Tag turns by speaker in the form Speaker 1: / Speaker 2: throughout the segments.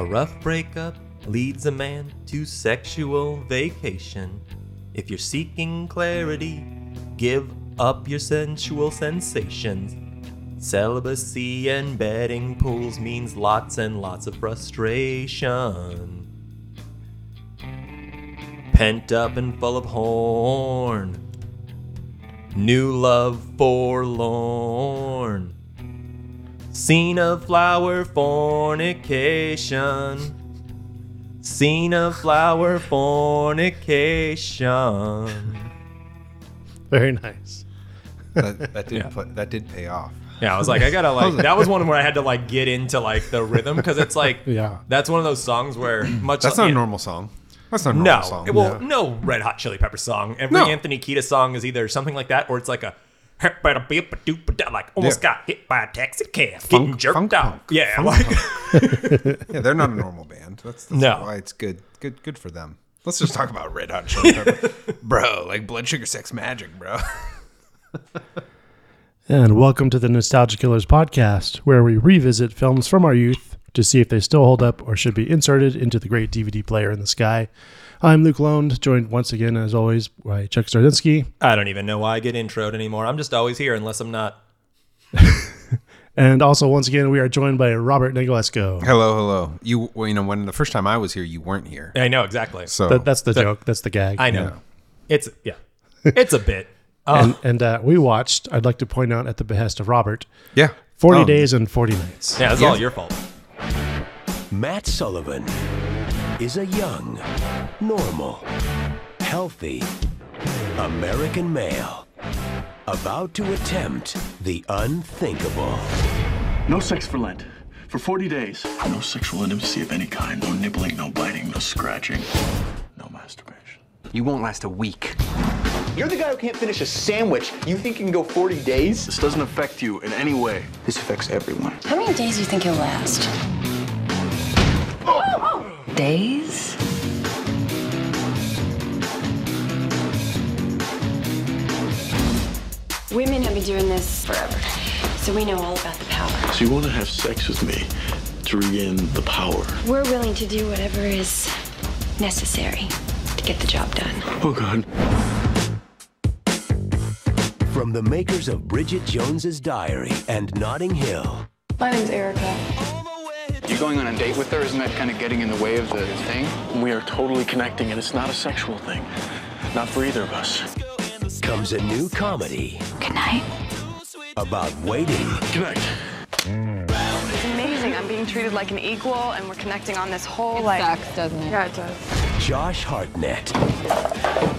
Speaker 1: rough breakup leads a man to sexual vacation. If you're seeking clarity, give up your sensual sensations. Celibacy and betting pools means lots and lots of frustration. Pent up and full of horn. New love forlorn. Scene of flower fornication. Scene of flower fornication.
Speaker 2: Very nice.
Speaker 3: That, that did
Speaker 1: Yeah.
Speaker 3: pla- that did pay off.
Speaker 1: Yeah, I was like, I gotta like. That was one where I had to like get into like the rhythm because it's like,
Speaker 2: Yeah.
Speaker 1: that's one of those songs where much.
Speaker 3: That's
Speaker 1: like,
Speaker 3: not a normal song. That's not a normal
Speaker 1: No,
Speaker 3: song.
Speaker 1: well, no Red Hot Chili Pepper song. Every
Speaker 3: No.
Speaker 1: Anthony Kiedis song is either something like that or it's like a like almost
Speaker 3: Yeah.
Speaker 1: got hit by a taxi cab, getting
Speaker 3: Funk-
Speaker 1: jerked
Speaker 3: funk
Speaker 1: out.
Speaker 3: punk.
Speaker 1: yeah,
Speaker 3: Funk
Speaker 1: like
Speaker 3: Yeah, they're not a normal band. That's, that's
Speaker 1: No.
Speaker 3: why it's good. Good good for them. Let's just talk about Red Hot Chili Pepper. bro, like blood sugar sex magic, bro.
Speaker 2: And welcome to the Nostalgia Killers podcast, where we revisit films from our youth to see if they still hold up or should be inserted into the great DVD player in the sky. I'm Luke Lond, joined once again, as always, by Chuck Stardinsky.
Speaker 1: I don't even know why I get introed anymore. I'm just always here unless I'm not.
Speaker 2: And also, once again, we are joined by Robert Negolesco.
Speaker 3: hello, hello. You well, you know when the first time I was here, you weren't here.
Speaker 1: I know exactly.
Speaker 3: So
Speaker 2: That, that's the joke. That's the gag.
Speaker 1: Oh. I know. It's yeah. It's a bit. Uh,
Speaker 2: And, and uh, we watched, I'd like to point out at the behest of Robert,
Speaker 3: yeah,
Speaker 2: 40
Speaker 3: Oh,
Speaker 2: Days and 40 Nights.
Speaker 1: yeah, it's
Speaker 3: Yeah.
Speaker 1: all your fault.
Speaker 4: Matt Sullivan is a young, normal, healthy American male about to attempt the unthinkable.
Speaker 5: No sex for Lent. For 40 days. No sexual intimacy of any kind. No nibbling, no biting, no scratching, no masturbation.
Speaker 6: You won't last a week.
Speaker 7: You're the guy who can't finish a sandwich. You think you can go 40 days?
Speaker 5: This doesn't affect you in any way.
Speaker 7: This affects everyone.
Speaker 8: How many days do you think he'll last? Days? Women have been doing this forever, so we know all about the power.
Speaker 5: So you want to have sex with me to regain the power.
Speaker 8: We're willing to do whatever is necessary to get the job done.
Speaker 5: Oh, God.
Speaker 4: From the makers of Bridget Jones's Diary and Notting Hill,
Speaker 8: My name's Erica.
Speaker 6: You're going on a date with her, isn't that kind of getting in the way of the thing?
Speaker 5: We are totally connecting, and it's not a sexual thing. Not for either of us.
Speaker 4: comes a new comedy
Speaker 8: Good night.
Speaker 4: about waiting
Speaker 5: Good night.
Speaker 9: amazing. I'm being treated like an equal, and we're connecting on this whole like.
Speaker 10: sucks, doesn't it?
Speaker 9: Yeah, it does.
Speaker 4: Josh Hartnett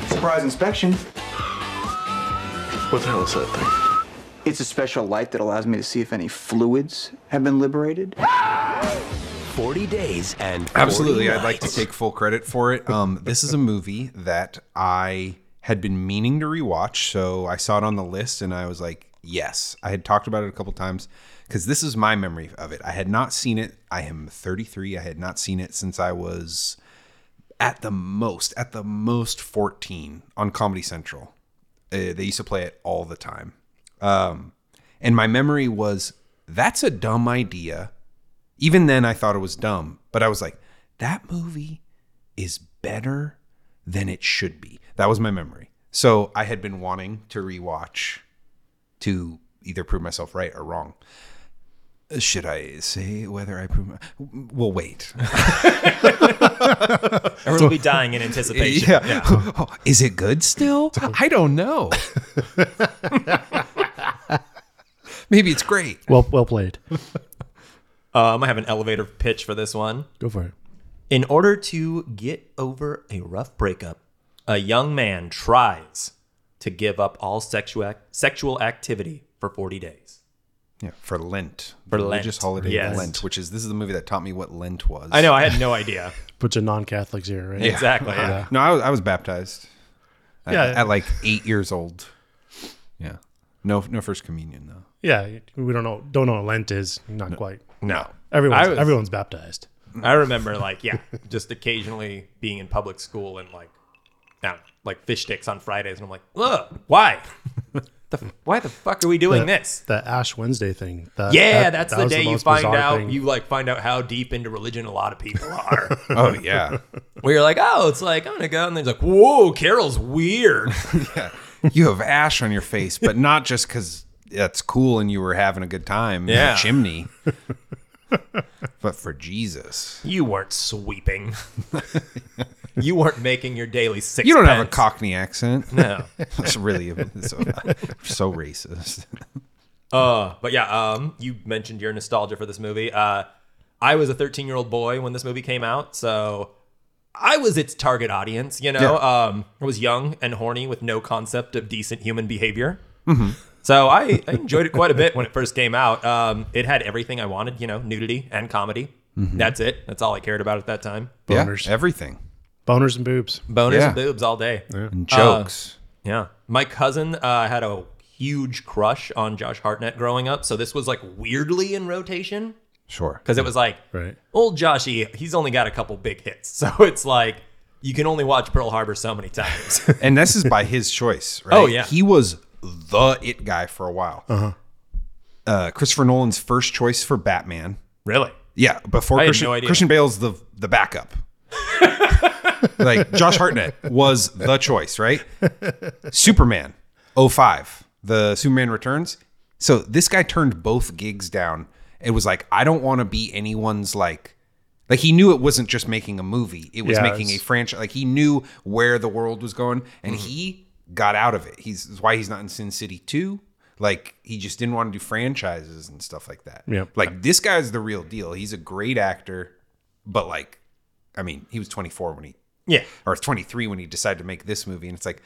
Speaker 7: Surprise inspection.
Speaker 5: What the hell is that thing?
Speaker 7: It's a special light that allows me to see if any fluids have been liberated.
Speaker 4: 40 Days and 40
Speaker 3: absolutely. I'd like to
Speaker 4: Nights.
Speaker 3: take full credit for it. Um, this is a movie that I had been meaning to rewatch, so I saw it on the list, and I was like, yes. I had talked about it a couple times because this is my memory of it. I had not seen it. I am 33. I had not seen it since I was at the most, at the most 14 on Comedy Central. Uh, they used to play it all the time. Um, and my memory was that's a dumb idea. Even then, I thought it was dumb, but I was like, that movie is better than it should be. That was my memory. So I had been wanting to rewatch to either prove myself right or wrong. Uh, Should I say whether I prove? My, well, wait.
Speaker 1: Everyone will be dying in anticipation.
Speaker 3: Yeah. Is it good still? I don't know. Maybe it's great.
Speaker 2: Well, well played.
Speaker 1: Um, I have an elevator pitch for this one.
Speaker 2: Go for it.
Speaker 1: In order to get over a rough breakup, a young man tries to give up all sexual sexual activity for 40 days.
Speaker 3: Yeah, for Lent,
Speaker 1: For
Speaker 3: The religious
Speaker 1: Lent.
Speaker 3: holiday
Speaker 1: Yes.
Speaker 3: Lent, which is this is the movie that taught me what Lent was.
Speaker 1: I know, I had no idea.
Speaker 2: Bunch of non Catholics here, right?
Speaker 3: Yeah.
Speaker 1: Exactly. Yeah.
Speaker 3: No, I was, I was baptized. At,
Speaker 2: Yeah.
Speaker 3: at like eight years old. Yeah, no, no first communion though.
Speaker 2: Yeah, we don't know don't know what Lent is. Not quite.
Speaker 1: No.
Speaker 2: Everyone's
Speaker 1: I was-
Speaker 2: everyone's baptized.
Speaker 1: I remember like, yeah, just occasionally being in public school and like I don't know, like fish sticks on Fridays and I'm like, ugh, why? the why the fuck are we doing
Speaker 2: That-
Speaker 1: this?
Speaker 2: That Ash Wednesday thing. That,
Speaker 1: Yeah,
Speaker 2: that-
Speaker 1: that's
Speaker 2: that
Speaker 1: the
Speaker 2: was
Speaker 1: day you
Speaker 2: most
Speaker 1: find
Speaker 2: bizarre
Speaker 1: out
Speaker 2: thing.
Speaker 1: you like find out how deep into religion a lot of people are.
Speaker 3: Oh yeah.
Speaker 1: Where you're like, oh, it's like I'm gonna go, and they're like, whoa, Carol's weird.
Speaker 3: you have ash on your face, but not just because that's cool and you were having a good time in
Speaker 1: Yeah.
Speaker 3: the chimney, but for Jesus.
Speaker 1: you weren't sweeping. you weren't making your daily six.
Speaker 3: You don't have a Cockney accent.
Speaker 1: No.
Speaker 3: That's really so, so racist.
Speaker 1: Uh, but yeah, um, you mentioned your nostalgia for this movie. Uh, I was a 13 year old boy when this movie came out, so I was its target audience. You know, um, I was young and horny with no concept of decent human behavior.
Speaker 3: Mm-hmm.
Speaker 1: So I, I enjoyed it quite a bit when it first came out. Um, it had everything I wanted, you know, nudity and comedy.
Speaker 3: Mm-hmm.
Speaker 1: That's it. That's all I cared about at that time.
Speaker 2: Boners.
Speaker 3: Yeah, everything.
Speaker 2: boners and boobs.
Speaker 1: Boners
Speaker 3: Yeah.
Speaker 1: and boobs all day. Yeah.
Speaker 3: And jokes.
Speaker 1: My cousin uh, had a huge crush on Josh Hartnett growing up, so this was like weirdly in rotation.
Speaker 3: sure.
Speaker 1: because it was like
Speaker 2: Right.
Speaker 1: old Joshy, he's only got a couple big hits, so it's like you can only watch Pearl Harbor so many times.
Speaker 3: And this is by his choice, right?
Speaker 1: Oh, yeah.
Speaker 3: He was the it guy for a while. Uh-huh. Christopher Nolan's first choice for Batman.
Speaker 1: really?
Speaker 3: Yeah, before
Speaker 1: I had
Speaker 3: Christian,
Speaker 1: no idea.
Speaker 3: Christian Bale's the the backup. like Josh Hartnett was the choice, right? Superman 05, the Superman Returns. So this guy turned both gigs down. It was like I don't want to be anyone's like like he knew it wasn't just making a movie. It was
Speaker 2: Yeah,
Speaker 3: making a
Speaker 2: it's-
Speaker 3: franchise. Like he knew where the world was going and
Speaker 1: Mm-hmm.
Speaker 3: he got out of it. He's that's why he's not in Sin City 2. Like he just didn't want to do franchises and stuff like that.
Speaker 2: Yep.
Speaker 3: Like this guy's the real deal. He's a great actor, but like, I mean, he was 24 when he
Speaker 1: Yeah,
Speaker 3: or 23 when he decided to make this movie, and it's like,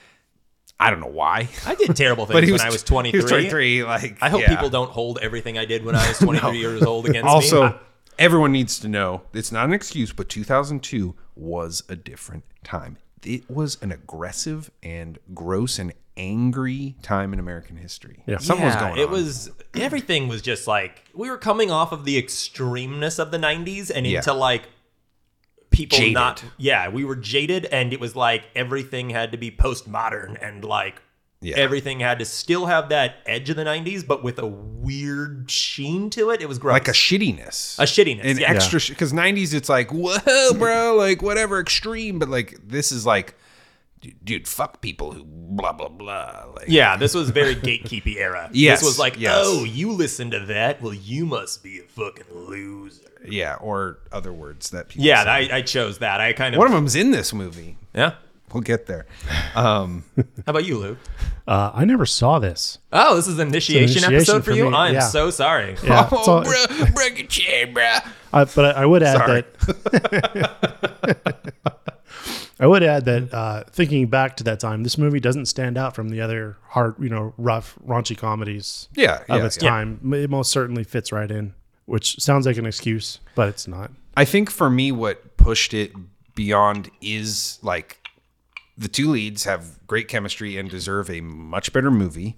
Speaker 3: I don't know why,
Speaker 1: I did terrible things
Speaker 3: but he
Speaker 1: when
Speaker 3: was
Speaker 1: I was
Speaker 3: he
Speaker 1: 23.
Speaker 3: was 23. Like,
Speaker 1: I hope
Speaker 3: yeah.
Speaker 1: people don't hold everything I did when I was 23 years old against me.
Speaker 3: Also, everyone needs to know it's not an excuse, but 2002 was a different time. It was an aggressive and gross and angry time in American history.
Speaker 2: Yeah.
Speaker 3: something was
Speaker 1: Yeah,
Speaker 3: going on.
Speaker 1: it was everything was just like we were coming off of the extremeness of the 90s and
Speaker 3: Yeah.
Speaker 1: into like people
Speaker 3: Jaded.
Speaker 1: not yeah we were jaded and it was like everything had to be postmodern and like
Speaker 3: Yeah.
Speaker 1: everything had to still have that edge of the 90s but with a weird sheen to it it was gross
Speaker 3: like a shittiness.
Speaker 1: A shittiness,
Speaker 3: An
Speaker 1: yeah.
Speaker 3: extra because 90s it's like, "Whoa, bro, like whatever extreme, but like this is like dude, dude, fuck people who blah blah blah. Like
Speaker 1: yeah this was very gatekeepy era
Speaker 3: Yes,
Speaker 1: this was like
Speaker 3: yes.
Speaker 1: oh you listen to that well you must be a fucking loser
Speaker 3: yeah, or other words that people
Speaker 1: yeah
Speaker 3: say.
Speaker 1: I, I chose that i kind of
Speaker 3: one of them's in this movie.
Speaker 1: yeah
Speaker 3: We'll get there.
Speaker 1: how about you luke
Speaker 2: Uh, I never saw this.
Speaker 1: Oh, this is an initiation,
Speaker 2: initiation
Speaker 1: episode for,
Speaker 2: for
Speaker 1: you.
Speaker 2: me,
Speaker 1: I'm
Speaker 2: yeah.
Speaker 1: so sorry.
Speaker 2: Yeah, it's all-
Speaker 3: Oh, bro, break your chain, bro.
Speaker 2: I, but I, I would add
Speaker 3: Sorry.
Speaker 2: that. I would add that uh, thinking back to that time, this movie doesn't stand out from the other hard, you know, rough, raunchy comedies
Speaker 3: Yeah,
Speaker 2: of
Speaker 3: yeah,
Speaker 2: its
Speaker 3: yeah.
Speaker 2: time. It most certainly fits right in, which sounds like an excuse, but it's not.
Speaker 3: I think for me, what pushed it beyond is like the two leads have great chemistry and deserve a much better movie.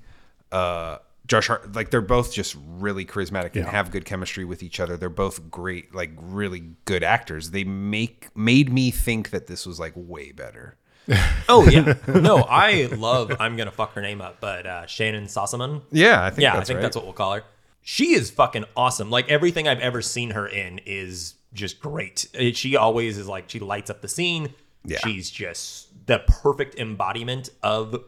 Speaker 3: Uh, Josh Hart, like they're both just really charismatic and have good chemistry with each other. They're both great, like really good actors. They make made me think that this was like way better.
Speaker 1: Oh yeah, no, I love. I'm gonna fuck her name up, but uh, Shannon Sossaman.
Speaker 3: Yeah, I think
Speaker 1: Yeah,
Speaker 3: that's
Speaker 1: I think
Speaker 3: right.
Speaker 1: that's what we'll call her. She is fucking awesome. Like everything I've ever seen her in is just great. It- She always is like she lights up the scene.
Speaker 3: Yeah.
Speaker 1: She's just the perfect embodiment of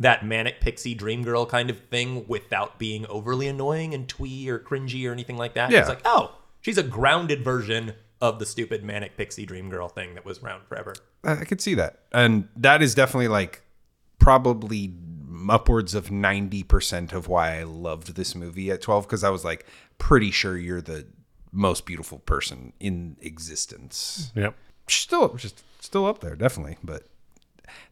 Speaker 1: that manic pixie dream girl kind of thing without being overly annoying and twee or cringy or anything like that.
Speaker 3: Yeah.
Speaker 1: It's like, oh, she's a grounded version of the stupid manic pixie dream girl thing that was around forever.
Speaker 3: I I could see that. And that is definitely like probably upwards of 90% of why I loved this movie at 12 because I was like pretty sure you're the most beautiful person in existence.
Speaker 2: Yep.
Speaker 3: Still just still up there definitely, but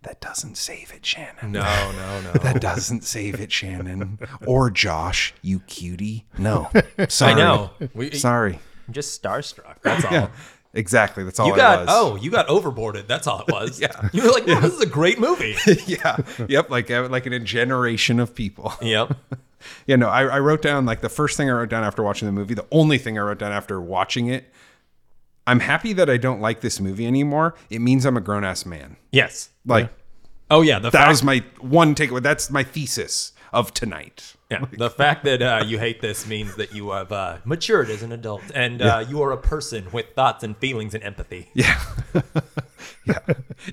Speaker 3: that doesn't save it, Shannon.
Speaker 1: No, no, no.
Speaker 3: That doesn't save it, Shannon. Or Josh, you cutie. No. Sorry.
Speaker 1: I know. We,
Speaker 3: Sorry.
Speaker 1: I'm just starstruck. That's all.
Speaker 3: Exactly. That's all
Speaker 1: You
Speaker 3: it
Speaker 1: got
Speaker 3: was.
Speaker 1: oh, you got overboarded. That's all it was. yeah. You were like, "Wow, this is a great movie.
Speaker 3: yeah. Yep. Like uh, like in a generation of people.
Speaker 1: yep.
Speaker 3: Yeah, no, I, I wrote down like the first thing I wrote down after watching the movie, the only thing I wrote down after watching it. I'm happy that I don't like this movie anymore. It means I'm a grown ass man.
Speaker 1: Yes.
Speaker 3: Like
Speaker 1: Oh yeah. The
Speaker 3: that
Speaker 1: fact,
Speaker 3: was my one takeaway. That's my thesis of tonight.
Speaker 1: Yeah, the fact that uh, you hate this means that you have uh, matured as an adult and uh, you are a person with thoughts and feelings and empathy.
Speaker 3: Yeah. yeah.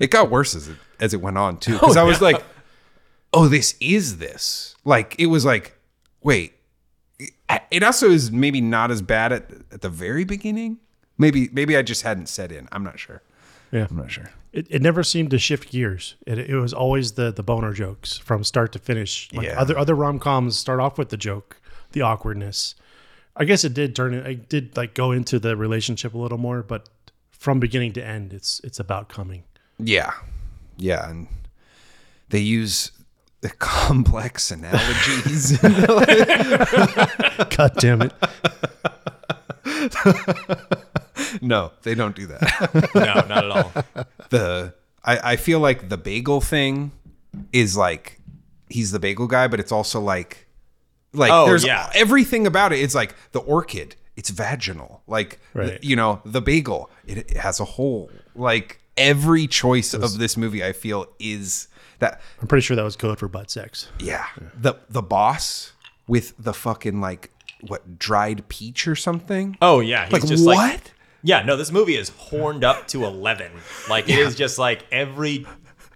Speaker 3: It got worse as it, as it went on, too. Because I was like, oh, this is this. Like, it was like, wait. It- It also is maybe not as bad at, at the very beginning. Maybe maybe I just hadn't set in. I'm not sure.
Speaker 2: Yeah.
Speaker 3: I'm not sure.
Speaker 2: It, it never seemed to shift gears. It, it was always the the boner jokes from start to finish. Like
Speaker 3: Yeah.
Speaker 2: other other rom coms start off with the joke, the awkwardness. I guess it did turn it. I did like go into the relationship a little more, but from beginning to end, it's it's about coming.
Speaker 3: Yeah. Yeah. And they use the complex analogies.
Speaker 2: God damn it!
Speaker 3: no, they don't do that.
Speaker 1: No, not at all.
Speaker 3: the I, I feel like the bagel thing is like he's the bagel guy, but it's also like like
Speaker 1: Oh,
Speaker 3: there's
Speaker 1: yeah.
Speaker 3: everything about it. It's like the orchid, it's vaginal. Like
Speaker 2: Right.
Speaker 3: you know, the bagel, it, it has a hole. Like every choice of this movie, I feel is that
Speaker 2: I'm pretty sure that was code for butt sex.
Speaker 3: yeah. The the boss with the fucking like what dried peach or something.
Speaker 1: Oh yeah, he's
Speaker 3: like
Speaker 1: just
Speaker 3: what?
Speaker 1: like yeah. No, this movie is horned up to eleven. Like it is just like every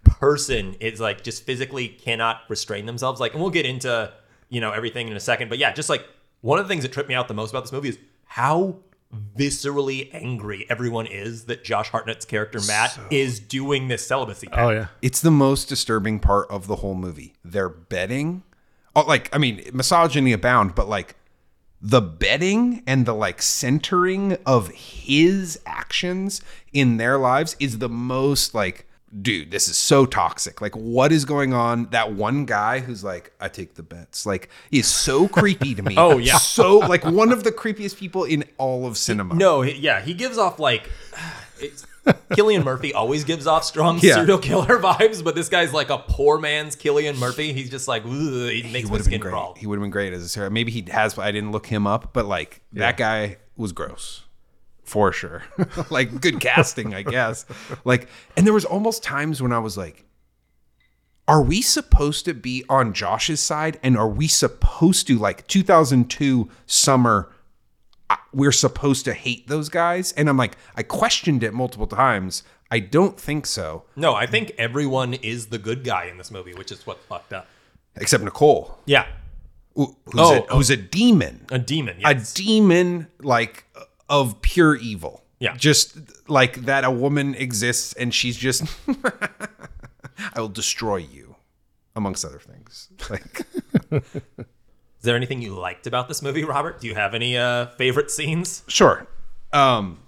Speaker 1: person is like just physically cannot restrain themselves. Like, and we'll get into you know everything in a second, but yeah, just like one of the things that tripped me out the most about this movie is how viscerally angry everyone is that Josh Hartnett's character Matt is doing this celibacy. Pact.
Speaker 2: Oh yeah,
Speaker 3: It's the most disturbing part of the whole movie. They're betting. Oh, like I mean, misogyny abound, but like the betting and the like centering of his actions in their lives is the most like dude this is so toxic like what is going on that one guy who's like i take the bets like is so creepy to me
Speaker 1: Oh, yeah.
Speaker 3: so like one of the creepiest people in all of cinema
Speaker 1: No, he- yeah, he gives off like it's Killian Murphy always gives off strong
Speaker 3: Yeah.
Speaker 1: serial killer vibes, but this guy's like a poor man's Killian Murphy. He's just like "Ugh," he
Speaker 3: he
Speaker 1: makes my
Speaker 3: would have been
Speaker 1: skin
Speaker 3: great.
Speaker 1: crawl.
Speaker 3: He would have been great as a Sarah. Maybe he has. I didn't look him up, but like that guy was gross for sure. like good casting, I guess. Like, and there was almost times when I was like, "Are we supposed to be on Josh's side? And are we supposed to like 2002 summer?" I- We're supposed to hate those guys, and I'm like, I questioned it multiple times. I don't think so,
Speaker 1: No, I think everyone is the good guy in this movie, which is what fucked up.
Speaker 3: except Nicole,
Speaker 1: Yeah,
Speaker 3: who- who's,
Speaker 1: Oh,
Speaker 3: a, who's a demon.
Speaker 1: a demon.
Speaker 3: a
Speaker 1: Yes.
Speaker 3: demon like of pure evil.
Speaker 1: Yeah.
Speaker 3: Just like that a woman exists and she's just I will destroy you amongst other things. Like
Speaker 1: is there anything you liked about this movie, Robert? Do you have any uh, favorite scenes?
Speaker 3: sure. Um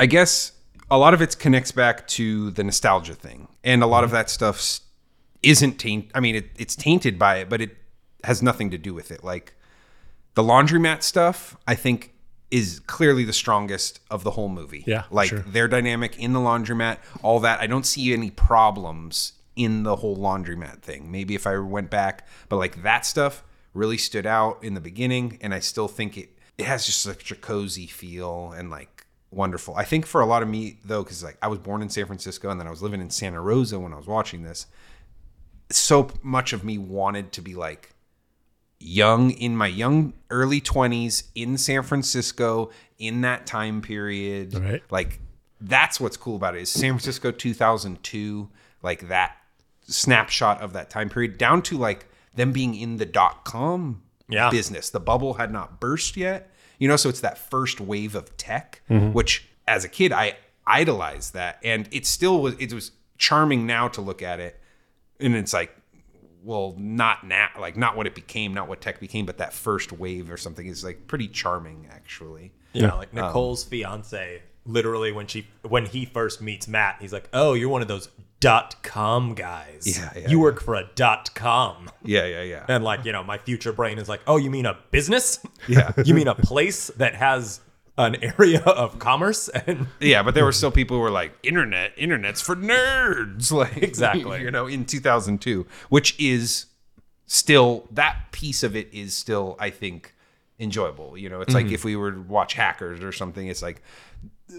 Speaker 3: I guess a lot of it connects back to the nostalgia thing. And a lot of that stuff isn't taint I mean it, it's tainted by it, but it has nothing to do with it. Like the laundromat stuff, I think, is clearly the strongest of the whole movie.
Speaker 2: Yeah,
Speaker 3: like
Speaker 2: sure.
Speaker 3: their dynamic in the laundromat, all that. I don't see any problems in the whole laundromat thing. Maybe if I went back, but like that stuff really stood out in the beginning, and I still think it it has just such a cozy feel and like wonderful. I think for a lot of me though, because like I was born in San Francisco and then I was living in Santa Rosa when I was watching this. So much of me wanted to be like young in my young early 20s in San Francisco in that time period.
Speaker 2: Right.
Speaker 3: Like that's what's cool about it is San Francisco 2002 like that snapshot of that time period down to like them being in the dot com
Speaker 1: Yeah.
Speaker 3: business. The bubble had not burst yet. You know, so it's that first wave of tech which as a kid I idolized that and it still was it was charming now to look at it and it's like well not now like not what it became not what tech became but that first wave or something is like pretty charming actually
Speaker 1: You know, like Nicole's fiance. Literally, when she when he first meets Matt, he's like, "Oh, you're one of those dot com guys.
Speaker 3: Yeah, yeah,
Speaker 1: you
Speaker 3: yeah.
Speaker 1: work for a dot com."
Speaker 3: yeah yeah yeah
Speaker 1: And like, you know, my future brain is like, oh, you mean a business?
Speaker 3: Yeah.
Speaker 1: you mean a place that has an area of commerce? And
Speaker 3: yeah but there were still people who were like internet internet's for nerds like
Speaker 1: Exactly.
Speaker 3: you know in 2002 which is still that piece of it is still i think enjoyable you know it's
Speaker 2: Mm-hmm.
Speaker 3: like if we were to watch hackers or something it's like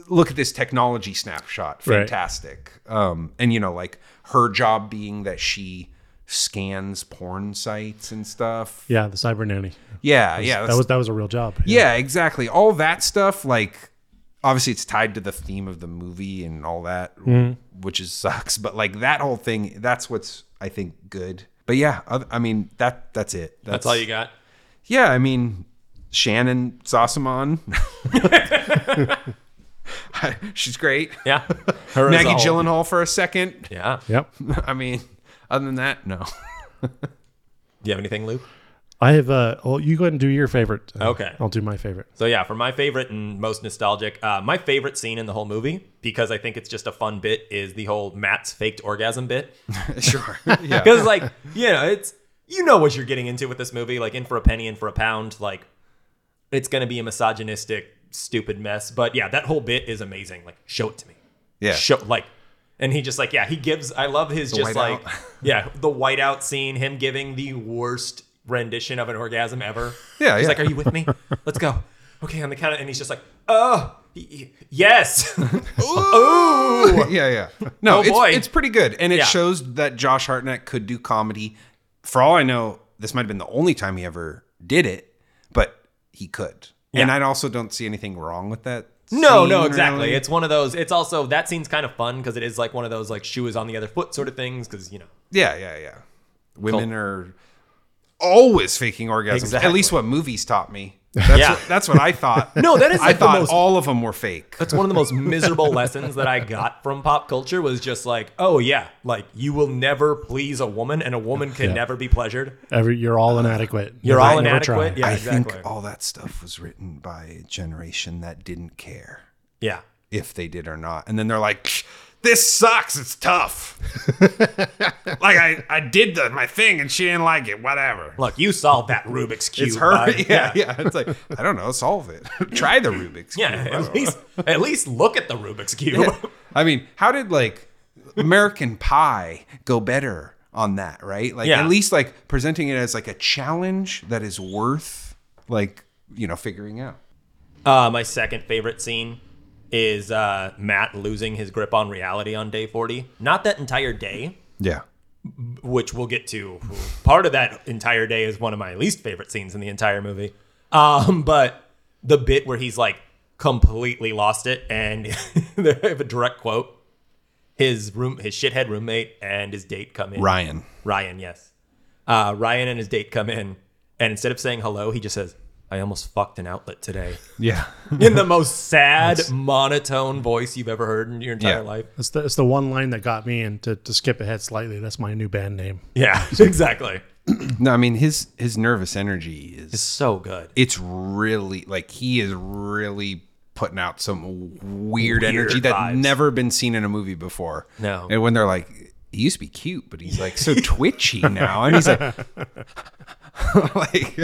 Speaker 3: look at this technology snapshot
Speaker 2: Right.
Speaker 3: fantastic um and you know like her job being that she scans porn sites and stuff.
Speaker 2: Yeah, the cyber nanny.
Speaker 3: Yeah, yeah.
Speaker 2: that
Speaker 3: that's-
Speaker 2: was that was a real job.
Speaker 3: yeah, exactly. All that stuff, like obviously it's tied to the theme of the movie and all that, which is sucks. But like that whole thing, that's what's I think good. But yeah, oth- I mean that that's it.
Speaker 1: That's all you got.
Speaker 3: Yeah, I mean Shannon Sossamon. She's great.
Speaker 1: Yeah. Her as
Speaker 3: Maggie
Speaker 1: a whole.
Speaker 3: Gyllenhaal for a second.
Speaker 1: Yeah. Do
Speaker 2: Yep.
Speaker 3: I mean, other than that, no.
Speaker 1: you have anything, Luke?
Speaker 2: I have. Uh, well, you go ahead and do your favorite. Uh,
Speaker 1: Okay.
Speaker 2: I'll do my favorite.
Speaker 1: So yeah, for my favorite and most nostalgic, uh, my favorite scene in the whole movie because I think it's just a fun bit is the whole Matt's faked orgasm bit
Speaker 3: sure. Yeah.
Speaker 1: because like you know it's you know what you're getting into with this movie like in for a penny in for a pound like it's gonna be a misogynistic stupid mess but yeah that whole bit is amazing like show it to me
Speaker 3: Yeah.
Speaker 1: show like and he just like yeah he gives i love his just like
Speaker 3: whiteout.
Speaker 1: yeah the whiteout scene him giving the worst rendition of an orgasm ever
Speaker 3: Yeah,
Speaker 1: he's
Speaker 3: yeah.
Speaker 1: like are you with me let's go okay on the count of-" and he's just like oh he- he- yes ooh
Speaker 3: yeah, yeah. No,
Speaker 1: Oh,
Speaker 3: it's,
Speaker 1: boy.
Speaker 3: it's pretty good. And it
Speaker 1: Yeah.
Speaker 3: shows that Josh Hartnett could do comedy. For all I know, this might have been the only time he ever did it, but he could. And
Speaker 1: Yeah.
Speaker 3: I also don't see anything wrong with that.
Speaker 1: No,
Speaker 3: scene,
Speaker 1: no, exactly.
Speaker 3: really.
Speaker 1: It's one of those. It's also that scene's kind of fun because it is like one of those like shoe is on the other foot sort of things because you know
Speaker 3: Yeah, yeah, yeah. Women are always faking orgasms.
Speaker 1: Exactly.
Speaker 3: At least what movies taught me. That's,
Speaker 1: Yeah.
Speaker 3: what, that's what I thought.
Speaker 1: No, that is,
Speaker 3: I
Speaker 1: like, the
Speaker 3: thought
Speaker 1: most-
Speaker 3: all of them were fake.
Speaker 1: that's one of the most miserable lessons that I got from pop culture was just like, oh yeah, like you will never please a woman and a woman can
Speaker 2: Yeah.
Speaker 1: never be pleasured.
Speaker 2: Every you're all inadequate.
Speaker 1: You're
Speaker 2: Never-
Speaker 1: all
Speaker 2: never try.
Speaker 1: inadequate. Yeah,
Speaker 3: I
Speaker 1: exactly.
Speaker 3: think all that stuff was written by a generation that didn't care.
Speaker 1: yeah.
Speaker 3: if they did or not. And then they're like, "Psh, this sucks. It's tough. like I, I did the, my thing and she didn't like it. Whatever.
Speaker 1: Look, you solved that Rubik's cube.
Speaker 3: it's her.
Speaker 1: bud.
Speaker 3: yeah, yeah, It's like I don't know. Solve it. Try the Rubik's cube.
Speaker 1: Yeah,
Speaker 3: I don't know.
Speaker 1: At least, at least look at the Rubik's cube.
Speaker 3: I mean, how did like American Pie go better on that? Right. Like
Speaker 1: Yeah.
Speaker 3: at least like presenting it as like a challenge that is worth like you know figuring out.
Speaker 1: Uh, my second favorite scene is uh, Matt losing his grip on reality on day 40. Not that entire day,
Speaker 3: Yeah.
Speaker 1: which we'll get to. Part of that entire day is one of my least favorite scenes in the entire movie. Um, but the bit where he's like completely lost it, and they have a direct quote. His room, his shithead roommate, and his date come in.
Speaker 3: Ryan.
Speaker 1: Ryan, yes. Uh, Ryan and his date come in, and instead of saying hello, he just says, "I almost fucked an outlet today."
Speaker 3: Yeah.
Speaker 1: In the most sad, monotone voice you've ever heard in your entire
Speaker 3: Yeah.
Speaker 1: life.
Speaker 2: That's the, it's the one line that got me, and to, to skip ahead slightly, that's my new band name.
Speaker 1: Yeah, exactly.
Speaker 3: No, I mean his his nervous energy is
Speaker 1: It's so good.
Speaker 3: it's really like he is really putting out some weird, energy that's
Speaker 1: vibes.
Speaker 3: never been seen in a movie before.
Speaker 1: No.
Speaker 3: And when they're like, he used to be cute, but he's like so twitchy now. And he's like, like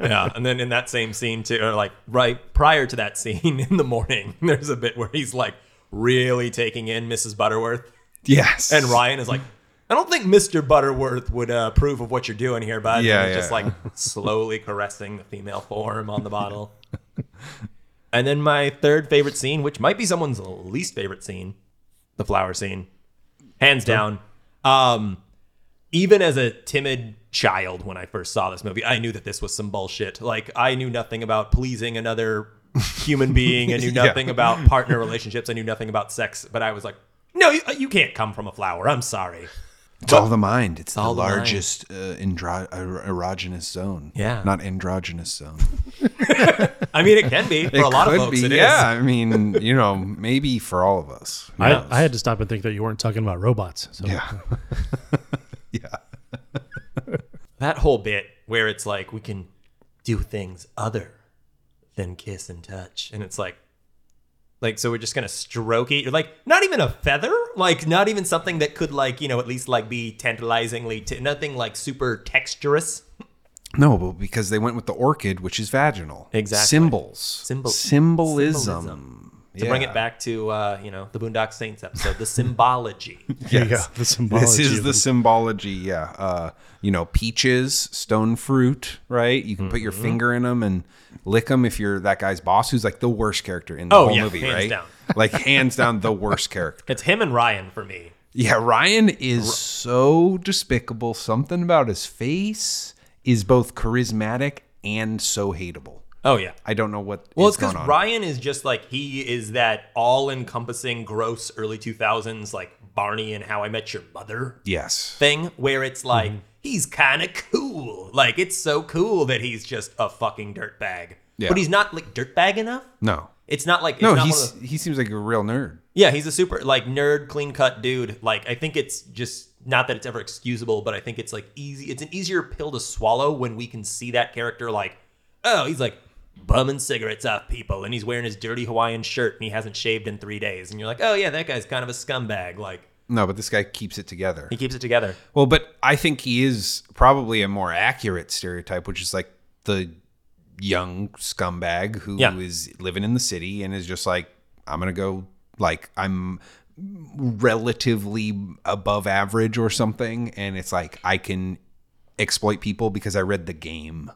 Speaker 1: Yeah, and then in that same scene too, or like right prior to that scene in the morning, there's a bit where he's like really taking in Mrs. Butterworth,
Speaker 3: yes.
Speaker 1: and Ryan is like, "I don't think Mr. Butterworth would uh, approve of what you're doing here, bud." And
Speaker 3: Yeah,
Speaker 1: he's just
Speaker 3: yeah.
Speaker 1: like slowly caressing the female form on the bottle. and then my third favorite scene, which might be someone's least favorite scene, the flower scene, hands down. Um, even as a timid child when I first saw this movie, I knew that this was some bullshit. Like I knew nothing about pleasing another human being. I knew
Speaker 3: Yeah.
Speaker 1: nothing about partner relationships. I knew nothing about sex. But I was like, no, you, you can't come from a flower. I'm sorry.
Speaker 3: It's all the mind. It's
Speaker 1: all
Speaker 3: the
Speaker 1: the mind.
Speaker 3: largest uh, andro- er- erogenous zone.
Speaker 1: Yeah.
Speaker 3: Not androgynous zone.
Speaker 1: I mean, it can be for a lot of folks. It is.
Speaker 3: yeah. I mean, you know, maybe for all of us. Who knows?
Speaker 2: I, I had to stop and think that you weren't talking about robots. So
Speaker 3: yeah. yeah.
Speaker 1: That whole bit where it's like we can do things other than kiss and touch, and it's like, like so we're just gonna stroke it. You're like not even a feather, like not even something that could like you know at least like be tantalizingly t- nothing like super texturous.
Speaker 3: No, but because they went with the orchid, which is vaginal.
Speaker 1: Exactly.
Speaker 3: Symbols.
Speaker 1: Symbol-
Speaker 3: Symbolism.
Speaker 1: symbolism. To bring
Speaker 3: Yeah.
Speaker 1: it back to uh, you know the Boondock Saints episode, the symbology.
Speaker 2: There you
Speaker 3: Yes.
Speaker 2: go, the symbology.
Speaker 3: This is
Speaker 2: of
Speaker 3: the
Speaker 2: them.
Speaker 3: symbology. Yeah. Uh, you know, peaches, stone fruit, right? You can put your
Speaker 1: Mm-hmm.
Speaker 3: finger in them and lick them if you're that guy's boss, who's like the worst character in the
Speaker 1: Oh,
Speaker 3: whole
Speaker 1: yeah,
Speaker 3: movie,
Speaker 1: hands
Speaker 3: right?
Speaker 1: down.
Speaker 3: Like hands down the worst character.
Speaker 1: It's him and Ryan for me.
Speaker 3: Yeah, Ryan is so despicable. Something about his face is both charismatic and so hateable.
Speaker 1: Oh yeah.
Speaker 3: I don't know what.
Speaker 1: Well,
Speaker 3: is
Speaker 1: it's because
Speaker 3: going on.
Speaker 1: Ryan is just like he is that all-encompassing, gross early two thousands like Barney and How I Met Your Mother
Speaker 3: Yes.
Speaker 1: thing, where it's like
Speaker 3: Mm-hmm.
Speaker 1: he's kind of cool. Like it's so cool that he's just a fucking dirtbag.
Speaker 3: Yeah.
Speaker 1: But he's not like dirtbag enough.
Speaker 3: No.
Speaker 1: It's not like it's
Speaker 3: No,
Speaker 1: not one
Speaker 3: he's
Speaker 1: of the-
Speaker 3: he seems like a real nerd.
Speaker 1: yeah, he's a super like nerd, clean cut dude. Like I think it's just not that it's ever excusable, but I think it's like easy. It's an easier pill to swallow when we can see that character like, oh, he's like bumming cigarettes off people, and he's wearing his dirty Hawaiian shirt, and he hasn't shaved in three days, and you're like, oh yeah, that guy's kind of a scumbag. Like
Speaker 3: No, but this guy keeps it together.
Speaker 1: he keeps it together.
Speaker 3: Well, but I think he is probably a more accurate stereotype, which is like the young scumbag who is
Speaker 1: Yeah.
Speaker 3: living in the city and is just like, I'm gonna go like I'm relatively above average or something, and it's like I can exploit people because I read the game.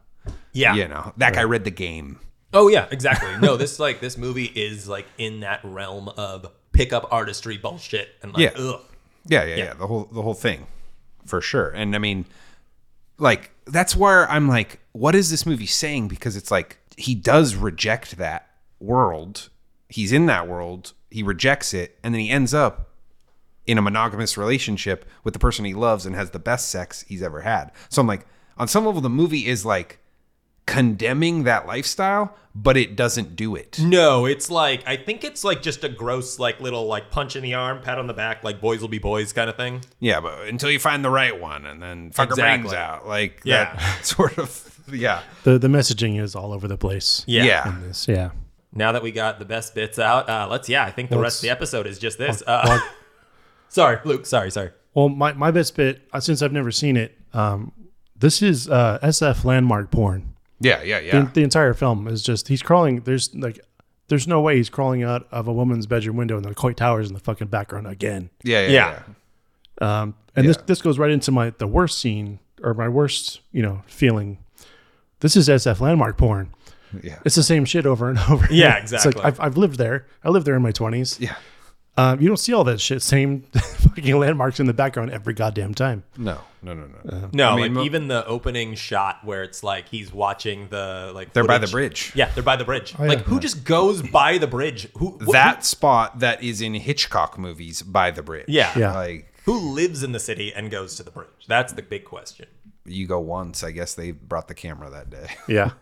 Speaker 1: Yeah.
Speaker 3: You know, that guy read the game.
Speaker 1: Oh yeah, exactly. No, this like this movie is like in that realm of pickup artistry bullshit and like
Speaker 3: Yeah.
Speaker 1: ugh.
Speaker 3: Yeah, yeah, yeah, The whole the whole thing, for sure. And I mean, like that's where I'm like, what is this movie saying? Because it's like he does reject that world. He's in that world. He rejects it, and then he ends up in a monogamous relationship with the person he loves and has the best sex he's ever had. So I'm like, on some level, the movie is like condemning that lifestyle, but it doesn't do it.
Speaker 1: No, it's like I think it's like just a gross like little like punch in the arm, pat on the back, like boys will be boys kind of thing.
Speaker 3: Yeah, but until you find the right one, and then fuck her brains
Speaker 1: Exactly.
Speaker 3: out, like
Speaker 1: Yeah.
Speaker 3: that sort of. Yeah,
Speaker 2: The the messaging is all over the place.
Speaker 1: Yeah.
Speaker 3: yeah.
Speaker 2: This, yeah.
Speaker 1: Now that we got the best bits out, uh, let's yeah. I think the
Speaker 2: Well,
Speaker 1: rest of the episode is just this.
Speaker 2: Well,
Speaker 1: Uh, sorry, Luke. Sorry, sorry.
Speaker 2: well, my, my best bit uh, since I've never seen it, um, this is uh, SF landmark porn.
Speaker 3: yeah, yeah, yeah.
Speaker 2: The, the entire film is just he's crawling. There's like, there's no way he's crawling out of a woman's bedroom window and the Coit Towers in the fucking background again.
Speaker 3: yeah, yeah, yeah,
Speaker 1: Yeah.
Speaker 2: Um, and this this goes right into my the worst scene or my worst you know feeling. This is SF landmark porn.
Speaker 3: Yeah.
Speaker 2: It's the same shit over and over.
Speaker 1: Yeah,
Speaker 2: It's
Speaker 1: exactly.
Speaker 2: like I've, I've lived there. I lived there in my twenties.
Speaker 3: Yeah.
Speaker 2: Um, you don't see all that shit. Same fucking landmarks in the background every goddamn time.
Speaker 3: No, no, no, no.
Speaker 1: No,
Speaker 3: mean, mo-
Speaker 1: like even the opening shot where it's like he's watching the like
Speaker 3: They're by the
Speaker 1: footage.
Speaker 3: bridge.
Speaker 1: Yeah, they're by the bridge.
Speaker 2: yeah.
Speaker 1: Like who just goes by the bridge? Who wh-
Speaker 3: That spot that is in Hitchcock movies by the bridge.
Speaker 1: Yeah.
Speaker 2: Yeah.
Speaker 3: Like
Speaker 1: Who lives in the city and goes to the bridge? That's the big question.
Speaker 3: you go once, I guess they brought the camera that day.
Speaker 2: Yeah.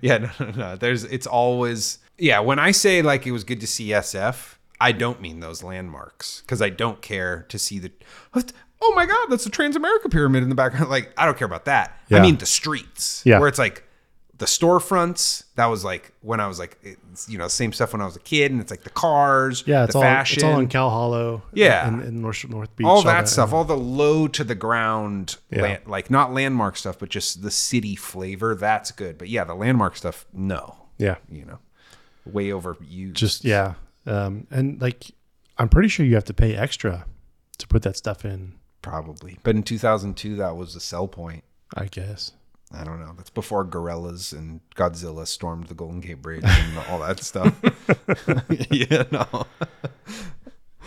Speaker 3: yeah, no, no, no. There's it's always yeah. When I say like it was good to see SF, I don't mean those landmarks because I don't care to see the. what? Oh my God, that's the Transamerica Pyramid in the background. Like I don't care about that. I
Speaker 2: Yeah.
Speaker 3: mean the streets.
Speaker 2: Yeah.
Speaker 3: where it's like the storefronts. That was like when I was like it's, you know same stuff when I was a kid, and it's like the cars.
Speaker 2: Yeah. It's
Speaker 3: the
Speaker 2: all
Speaker 3: fashion.
Speaker 2: it's all in Cal Hollow.
Speaker 3: Yeah.
Speaker 2: And, and North North Beach.
Speaker 3: all that stuff, all the low to the ground,
Speaker 2: Yeah.
Speaker 3: land, like not landmark stuff, but just the city flavor. That's good. But yeah, the landmark stuff, no
Speaker 2: yeah.
Speaker 3: you know, way over you.
Speaker 2: Just yeah. Um, and like, I'm pretty sure you have to pay extra to put that stuff in.
Speaker 3: probably. But in 2002, that was the sell point.
Speaker 2: I guess.
Speaker 3: I don't know. That's before gorillas and Godzilla stormed the Golden Gate Bridge and all that stuff. yeah, no.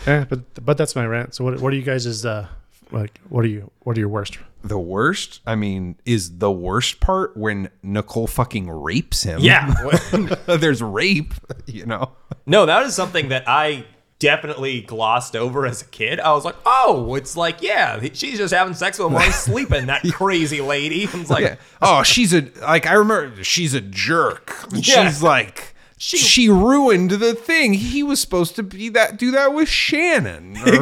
Speaker 2: Eh, but but that's my rant. So what what are you guys is uh like what are you what are your worst?
Speaker 3: The worst, I mean, is the worst part when Nicole fucking rapes him. There's rape, you know.
Speaker 1: No, that is something that I definitely glossed over as a kid. I was like, oh, it's like, yeah, she's just having sex with him while he's sleeping, that crazy lady. I was like,
Speaker 3: Yeah. Oh, she's a like I remember she's a jerk.
Speaker 1: Yeah.
Speaker 3: She's like she,
Speaker 1: She-
Speaker 3: ruined the thing. He was supposed to be that do that with Shannon or,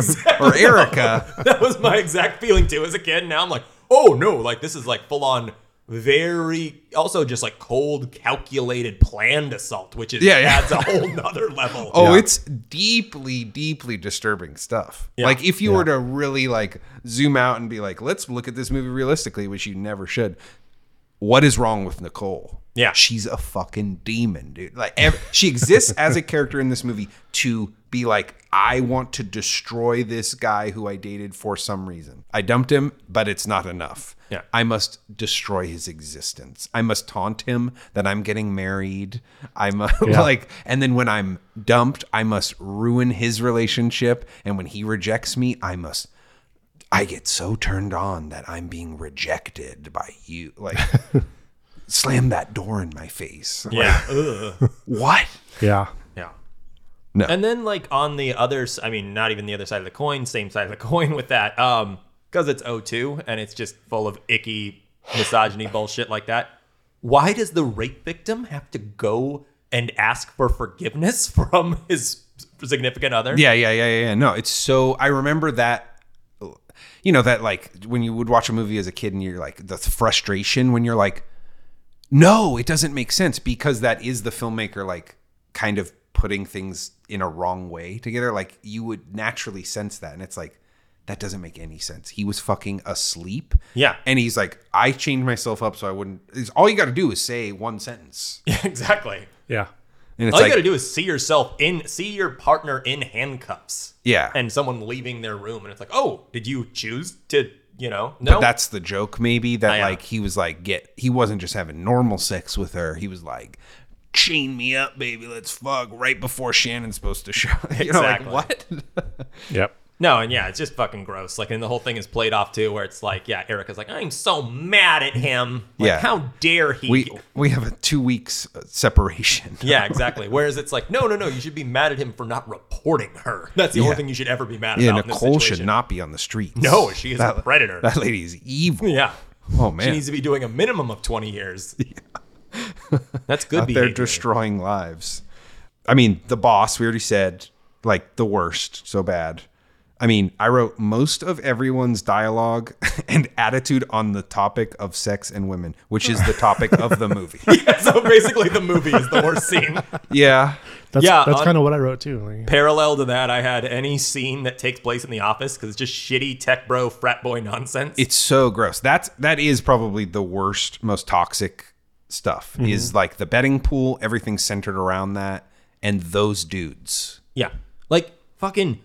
Speaker 3: or Erica.
Speaker 1: that was my exact feeling too as a kid. Now I'm like, oh no, like this is like full on very also just like cold calculated planned assault which is
Speaker 3: Yeah, yeah.
Speaker 1: adds a whole nother level
Speaker 3: Oh, it's deeply, deeply disturbing stuff. Like if you were to really like zoom out and be like, let's look at this movie realistically, which you never should. what is wrong with Nicole?
Speaker 1: Yeah.
Speaker 3: she's a fucking demon, dude. Like ev- she exists as a character in this movie to be like, I want to destroy this guy who I dated for some reason. I dumped him, but it's not enough.
Speaker 1: Yeah.
Speaker 3: I must destroy his existence. I must taunt him that I'm getting married. I'm uh, like, and then when I'm dumped, I must ruin his relationship. And when he rejects me, I must. I get so turned on that I'm being rejected by you. Like, slam that door in my face. Like,
Speaker 1: Yeah. Ugh.
Speaker 3: what?
Speaker 2: Yeah.
Speaker 1: Yeah.
Speaker 3: No.
Speaker 1: And then like on the other s- I mean not even the other side of the coin, same side of the coin with that. Um cuz it's O2 and it's just full of icky misogyny bullshit like that. Why does the rape victim have to go and ask for forgiveness from his significant other?
Speaker 3: Yeah, yeah, yeah, yeah, yeah. No, it's so. I remember that. You know that like when you would watch a movie as a kid and you're like the frustration when you're like, no, it doesn't make sense because that is the filmmaker like kind of putting things in a wrong way together. Like you would naturally sense that, and it's like that doesn't make any sense. He was fucking asleep.
Speaker 1: Yeah.
Speaker 3: and he's like, I chained myself up so I wouldn't. It's, all you got to do is say one sentence,
Speaker 1: Yeah, exactly.
Speaker 2: Yeah.
Speaker 3: and it's
Speaker 1: All
Speaker 3: like
Speaker 1: you got to do is see yourself in see your partner in handcuffs.
Speaker 3: Yeah.
Speaker 1: And someone leaving their room and it's like, "Oh, did you choose to, you know?"
Speaker 3: But
Speaker 1: No.
Speaker 3: that's the joke, maybe that
Speaker 1: yeah.
Speaker 3: like he was like get he wasn't just having normal sex with her. He was like, chain me up, baby, let's fuck right before Shannon's supposed to show. You know, like
Speaker 1: Exactly.
Speaker 3: what?
Speaker 2: Yep.
Speaker 1: No, and yeah, it's just fucking gross. Like, and the whole thing is played off too, where it's like, yeah, Erica's like, I'm so mad at him. Like,
Speaker 3: Yeah.
Speaker 1: How dare he?
Speaker 3: we we have a two weeks uh, separation.
Speaker 1: yeah, exactly. Whereas it's like, no, no, no, you should be mad at him for not reporting her. That's the
Speaker 3: Yeah.
Speaker 1: only thing you should ever be mad
Speaker 3: Yeah,
Speaker 1: about. in this
Speaker 3: Nicole should
Speaker 1: situation.
Speaker 3: not be on the streets.
Speaker 1: No, she is a predator.
Speaker 3: That lady is evil.
Speaker 1: Yeah.
Speaker 3: Oh man.
Speaker 1: She needs to be doing a minimum of 20 years. That's good
Speaker 3: out there
Speaker 1: behavior.
Speaker 3: destroying lives. I mean, the boss, we already said, like the worst, so bad. I mean, I wrote most of everyone's dialogue and attitude on the topic of sex and women, which is the topic of the movie.
Speaker 1: so basically, the movie is the worst scene.
Speaker 3: Yeah.
Speaker 2: That's,
Speaker 1: Yeah,
Speaker 2: That's
Speaker 1: on-
Speaker 2: kind of what I wrote too. Like,
Speaker 1: Parallel to that, I had any scene that takes place in the office because it's just shitty tech bro frat boy nonsense.
Speaker 3: It's so gross. That's that is probably the worst, most toxic stuff. Is like the betting pool, everything centered around that and those dudes.
Speaker 1: Yeah. Like fucking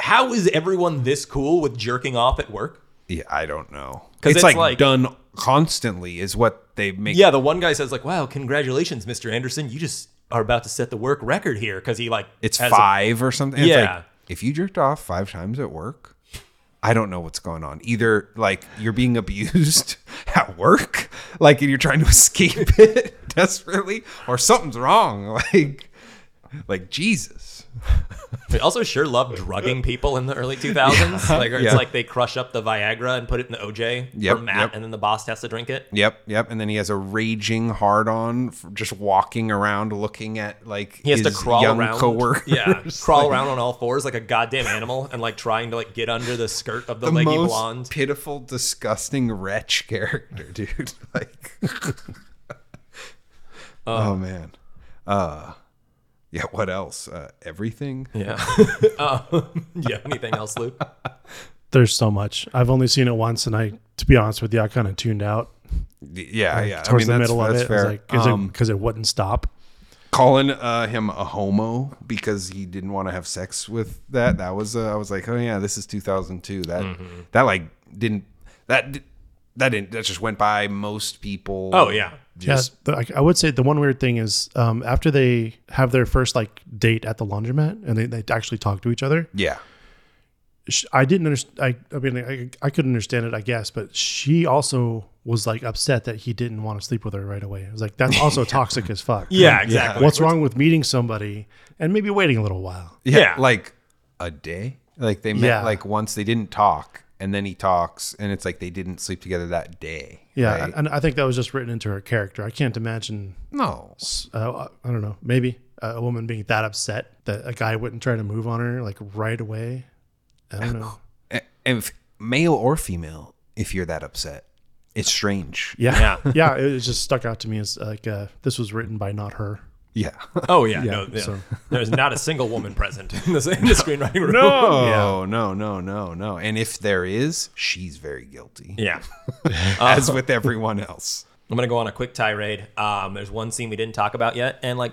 Speaker 1: how is everyone this cool with jerking off at work?
Speaker 3: Yeah, I don't know.
Speaker 1: 'Cause
Speaker 3: it's,
Speaker 1: it's
Speaker 3: like,
Speaker 1: like-
Speaker 3: done constantly is what they make
Speaker 1: Yeah, the one guy says like, "Wow, congratulations, Mr. Anderson. You just are about to set the work record here cuz he like
Speaker 3: it's
Speaker 1: has a-
Speaker 3: five or something. It's
Speaker 1: Yeah.
Speaker 3: like, if you jerked off five times at work, I don't know what's going on. Either like you're being abused at work, like and you're trying to escape it desperately, or something's wrong. Like, like Jesus.
Speaker 1: They also sure loved drugging people in the early 2000s. like it's
Speaker 3: yeah.
Speaker 1: like they crush up the Viagra and put it in the OJ
Speaker 3: Yep,
Speaker 1: for Matt
Speaker 3: yep.
Speaker 1: and then the boss has to drink it.
Speaker 3: Yep, yep. And then he has a raging hard on, just walking around, looking at like
Speaker 1: He has to
Speaker 3: his
Speaker 1: crawl
Speaker 3: young
Speaker 1: around.
Speaker 3: coworker.
Speaker 1: Yeah, crawl around on all fours like a goddamn animal and like trying to like get under the skirt of the,
Speaker 3: the
Speaker 1: leggy
Speaker 3: most
Speaker 1: blonde.
Speaker 3: pitiful, disgusting wretch character, dude. like, oh man, uh, yeah. What else? Uh, everything.
Speaker 1: Yeah. um, yeah, anything else, Luke?
Speaker 2: there's so much. I've only seen it once, and I, to be honest with you, I kind of tuned out
Speaker 3: Yeah, yeah.
Speaker 2: towards the middle of
Speaker 3: that's
Speaker 2: it. I was
Speaker 3: fair.
Speaker 2: like, 'cause it-
Speaker 3: Um,
Speaker 2: because it wouldn't stop.
Speaker 3: calling uh, him a homo because he didn't want to have sex with that. That was uh, I was like, oh yeah, this is 2002. That
Speaker 1: Mm-hmm.
Speaker 3: that like didn't that di- that didn't that just went by most people.
Speaker 1: Oh yeah.
Speaker 2: Yes, I, I would say the one weird thing is um, after they have their first like date at the laundromat and they, they actually talk to each other.
Speaker 3: yeah.
Speaker 2: sh- I didn't understand. I, I mean, I, I couldn't understand it, I guess. But she also was like upset that he didn't want to sleep with her right away. I was like, that's also toxic as fuck.
Speaker 1: Yeah,
Speaker 2: Like,
Speaker 1: exactly.
Speaker 2: What's wrong with meeting somebody and maybe waiting a little while?
Speaker 3: Yeah,
Speaker 1: Yeah.
Speaker 3: like a day. Like they met
Speaker 2: Yeah.
Speaker 3: like once they didn't talk, and then he talks, and it's like they didn't sleep together that day.
Speaker 2: Yeah,
Speaker 3: right?
Speaker 2: and I think that was just written into her character. I can't imagine.
Speaker 3: no.
Speaker 2: Uh, I don't know. Maybe a woman being that upset that a guy wouldn't try to move on her like right away. I don't know.
Speaker 3: A- If male or female, if you're that upset, it's strange.
Speaker 2: Yeah, yeah, it was just stuck out to me as like uh, this was written by not her.
Speaker 3: Yeah.
Speaker 1: Oh yeah, no, yeah. there's not a single woman present in the, in the screenwriting room.
Speaker 2: Oh,
Speaker 3: No, no, no, no, no. And if there is, she's very guilty,
Speaker 1: Yeah.
Speaker 3: as with everyone else.
Speaker 1: I'm gonna go on a quick tirade. Um, there's one scene we didn't talk about yet, and like,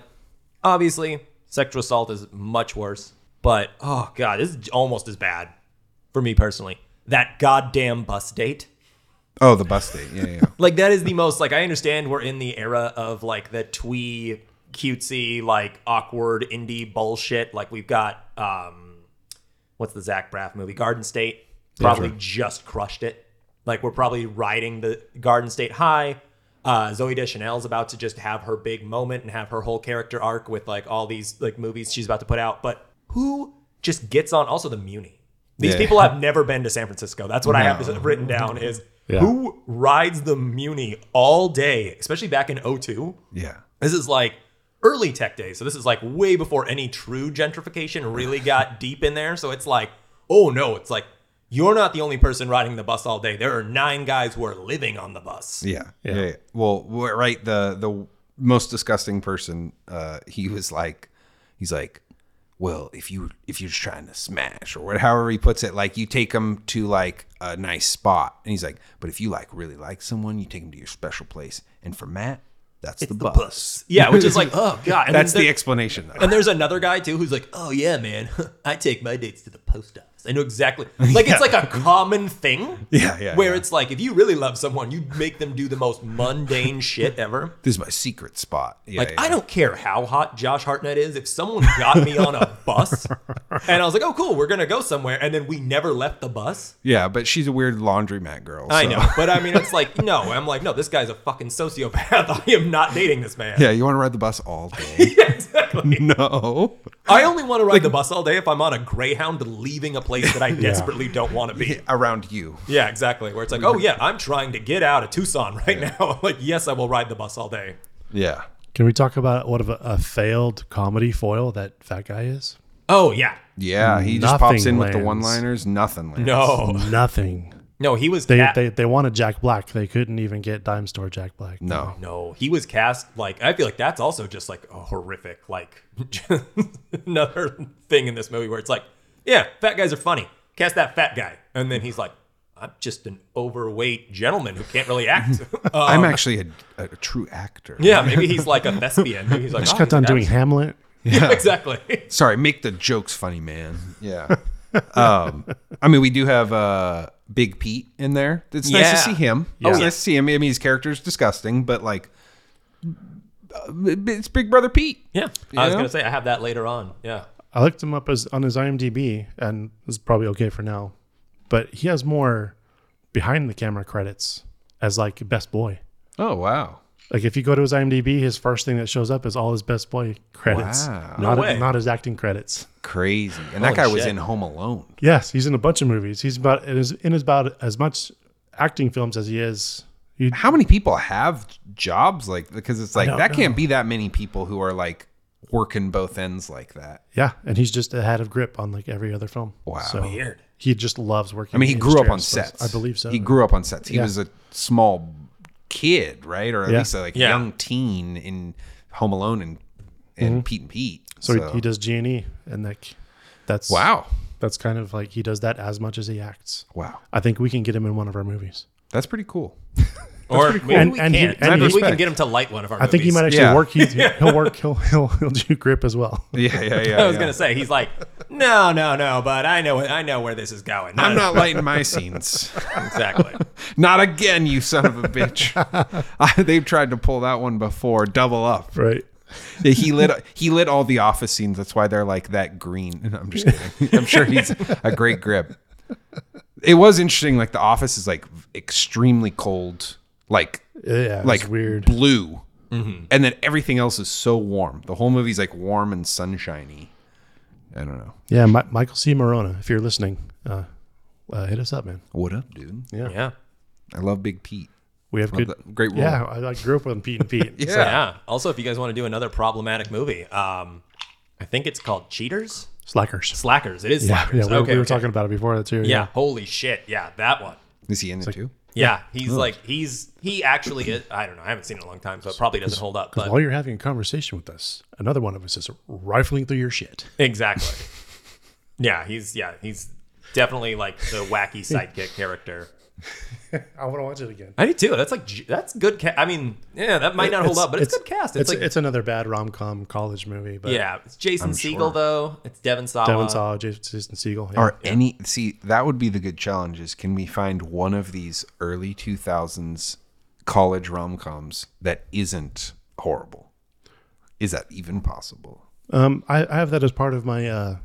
Speaker 1: obviously, sexual assault is much worse. But oh god, this is almost as bad for me personally. That goddamn bus date.
Speaker 3: Oh, the bus date. Yeah, yeah. yeah.
Speaker 1: Like that is the most like I understand we're in the era of like the twee cutesy like awkward indie bullshit. Like we've got um what's the Zach Braff movie? Garden State probably just crushed it. Like we're probably riding the Garden State high. Uh, Zoe Deschanel's about to just have her big moment and have her whole character arc with like all these like movies she's about to put out. But who just gets on? Also the Muni. These
Speaker 3: Yeah.
Speaker 1: people have never been to San Francisco. That's what I have
Speaker 3: No.
Speaker 1: written down is
Speaker 2: Yeah.
Speaker 1: who rides the Muni all day, especially back in 02.
Speaker 3: yeah.
Speaker 1: This is like early tech days. So this is like way before any true gentrification really got deep in there. So it's like, oh no, it's like you're not the only person riding the bus all day. There are nine guys who are living on the bus.
Speaker 3: Yeah. Yeah. yeah. Well, w- right. The the most disgusting person. Uh, he was like, he's like, well, if you if you're just trying to smash or whatever, however he puts it, like you take them to like a nice spot, and he's like, but if you like really like someone, you take them to your special place, and for Matt, that's the, bus.
Speaker 1: Yeah, which is like, oh god. And
Speaker 3: that's
Speaker 1: then
Speaker 3: the
Speaker 1: there-
Speaker 3: explanation. Though.
Speaker 1: And there's another guy too who's like, "Oh yeah, man, I take my dates to the post office." I know exactly. Like it's like a common thing.
Speaker 3: Yeah, yeah,
Speaker 1: Where
Speaker 3: yeah.
Speaker 1: it's like, if you really love someone, you make them do the most mundane shit ever.
Speaker 3: this is my secret spot. Yeah,
Speaker 1: Like
Speaker 3: yeah.
Speaker 1: I don't care how hot Josh Hartnett is. If someone got me on a bus, and I was like, "Oh cool, we're gonna go somewhere," and then we never left the bus.
Speaker 3: Yeah, but she's a weird laundromat girl.
Speaker 1: I
Speaker 3: so-
Speaker 1: know, but I mean, it's like, no, I'm like, no, this guy's a fucking sociopath. I am not dating this man.
Speaker 3: Yeah, you want to ride the bus all day?
Speaker 1: Yeah, exactly.
Speaker 3: no.
Speaker 1: I only want to ride the bus all day if I'm on a Greyhound leaving a place that I desperately don't want to be.
Speaker 3: Around you.
Speaker 1: Yeah, exactly. Where it's like, oh yeah, I'm trying to get out of Tucson right now. I'm like, yes, I will ride the bus all day.
Speaker 3: Yeah.
Speaker 2: Can we talk about what of a, a failed comedy foil that fat guy is?
Speaker 1: Oh yeah.
Speaker 3: Yeah, he just pops
Speaker 2: Nothing
Speaker 3: in with the
Speaker 2: lands.
Speaker 3: one-liners. Nothing lands.
Speaker 1: No.
Speaker 2: Nothing.
Speaker 1: No, he was
Speaker 2: They,
Speaker 1: cat-
Speaker 2: they they wanted Jack Black. They couldn't even get Dime Store Jack Black.
Speaker 1: Mm.
Speaker 3: no.
Speaker 1: No, he was cast like I feel like that's also just like a horrific like another thing in this movie where it's like, yeah, fat guys are funny. Cast that fat guy, and then he's like, I'm just an overweight gentleman who can't really act. Uh,
Speaker 3: I'm actually a, a true actor.
Speaker 1: yeah, maybe he's like a thespian. Maybe he's like,
Speaker 2: I just
Speaker 1: "Oh,
Speaker 2: got done
Speaker 1: that
Speaker 2: doing
Speaker 1: was-
Speaker 2: Hamlet.
Speaker 1: Yeah, exactly.
Speaker 3: Sorry, make the jokes funny, man. Yeah. um, I mean, we do have uh, Big Pete in there. It's nice
Speaker 1: Yeah.
Speaker 3: to see him.
Speaker 1: Yeah.
Speaker 3: It's nice to see him. I mean, his character's disgusting, but like, uh, it's Big Brother Pete.
Speaker 1: Yeah, I was
Speaker 3: Yeah.
Speaker 1: gonna say I have that later on. Yeah,
Speaker 2: I looked him up as on his IMDb, and it's probably okay for now. But he has more behind the camera credits as like best boy.
Speaker 3: Oh wow.
Speaker 2: Like if you go to his IMDb, his first thing that shows up is all his best boy credits,
Speaker 3: Wow.
Speaker 2: not
Speaker 1: No way.
Speaker 2: not his acting credits.
Speaker 3: Crazy. And
Speaker 1: Holy
Speaker 3: that guy was
Speaker 1: shit.
Speaker 3: in Home Alone.
Speaker 2: Yes, he's in a bunch of movies. He's about in, his, in his about as much acting films as he is. He,
Speaker 3: How many people have jobs like because it's like
Speaker 2: don't
Speaker 3: that can't
Speaker 2: know.
Speaker 3: be that many people who are like working both ends like that.
Speaker 2: yeah, and he's just ahead of grip on like every other film.
Speaker 3: Wow.
Speaker 1: weird.
Speaker 2: He just loves working.
Speaker 3: I mean, he
Speaker 2: in
Speaker 3: grew up on
Speaker 2: industry, I suppose.
Speaker 3: sets.
Speaker 2: I believe so.
Speaker 3: He grew up on sets. He
Speaker 2: Yeah.
Speaker 3: was a small kid, right, or at
Speaker 2: Yeah.
Speaker 3: least a, like
Speaker 1: Yeah.
Speaker 3: young teen in Home Alone and and Pete and Pete.
Speaker 2: Mm-hmm. So, He, he does G and E, and like that's
Speaker 3: Wow,
Speaker 2: That's kind of like he does that as much as he acts.
Speaker 3: wow,
Speaker 2: I think we can get him in one of our movies.
Speaker 3: that's pretty cool.
Speaker 1: or maybe
Speaker 2: And-
Speaker 1: we
Speaker 2: and he-
Speaker 1: can.
Speaker 2: and
Speaker 1: maybe
Speaker 2: he-
Speaker 1: we can get him to light one of our.
Speaker 2: I think he
Speaker 1: movies.
Speaker 2: might actually
Speaker 3: Yeah.
Speaker 2: work. He's, He'll work. He'll he'll he'll do grip as well.
Speaker 3: Yeah, yeah, yeah.
Speaker 1: I was
Speaker 3: yeah.
Speaker 1: gonna say he's like, no, no, no, but I know, I know where this is going.
Speaker 3: I'm not lighting my scenes.
Speaker 1: exactly.
Speaker 3: Not again, you son of a bitch. I, they've tried to pull that one before. Double up.
Speaker 2: Right.
Speaker 3: Yeah, he lit he lit all the office scenes. That's why they're like that green. No, I'm just kidding. I'm sure he's a great grip. It was interesting. Like the office is like extremely cold, like
Speaker 2: Yeah. it's
Speaker 3: like
Speaker 2: weird.
Speaker 3: blue, and then everything else is so warm. The whole movie's like warm and sunshiny. I don't know.
Speaker 2: Yeah. Mi- Michael C. Morona, if you're listening, uh, uh, hit us up, man.
Speaker 3: What up, dude?
Speaker 1: Yeah.
Speaker 3: I love Big Pete.
Speaker 2: We have
Speaker 3: Love
Speaker 2: good.
Speaker 3: that. Great role.
Speaker 2: Yeah. I, I grew up with Pete and Pete.
Speaker 3: Yeah.
Speaker 1: Yeah. Also, if you guys want to do another problematic movie, um, I think it's called Cheaters,
Speaker 2: Slackers.
Speaker 1: Slackers. It is
Speaker 2: Yeah.
Speaker 1: Slackers.
Speaker 2: Yeah. We,
Speaker 1: okay,
Speaker 2: we were
Speaker 1: okay.
Speaker 2: talking about it before too.
Speaker 1: Yeah. Holy shit. Yeah, that one.
Speaker 3: Is he in it too?
Speaker 1: Yeah, he's like he's he actually is. I don't know. I haven't seen it in a long time, so it probably doesn't hold up. But
Speaker 2: While you're having a conversation with us, another one of us is rifling through your shit.
Speaker 1: Exactly. yeah, he's yeah, he's definitely like the wacky sidekick character.
Speaker 2: I want to watch it again.
Speaker 1: I do too. That's like j- that's good. Ca- I mean, yeah, that might not hold up, but it's, good cast. It's,
Speaker 2: It's,
Speaker 1: like
Speaker 2: it's another bad rom com college movie, but
Speaker 1: yeah, uh, it's Jason
Speaker 3: I'm
Speaker 1: Segel
Speaker 3: sure.
Speaker 1: though. It's Devin Sawa.
Speaker 2: Devin Saw, Jason Siegel. Yeah.
Speaker 3: Are any see that would be the good challenge is can we find one of these early two thousands college rom coms that isn't horrible? Is that even possible?
Speaker 2: Um, I, I have that as part of my uh,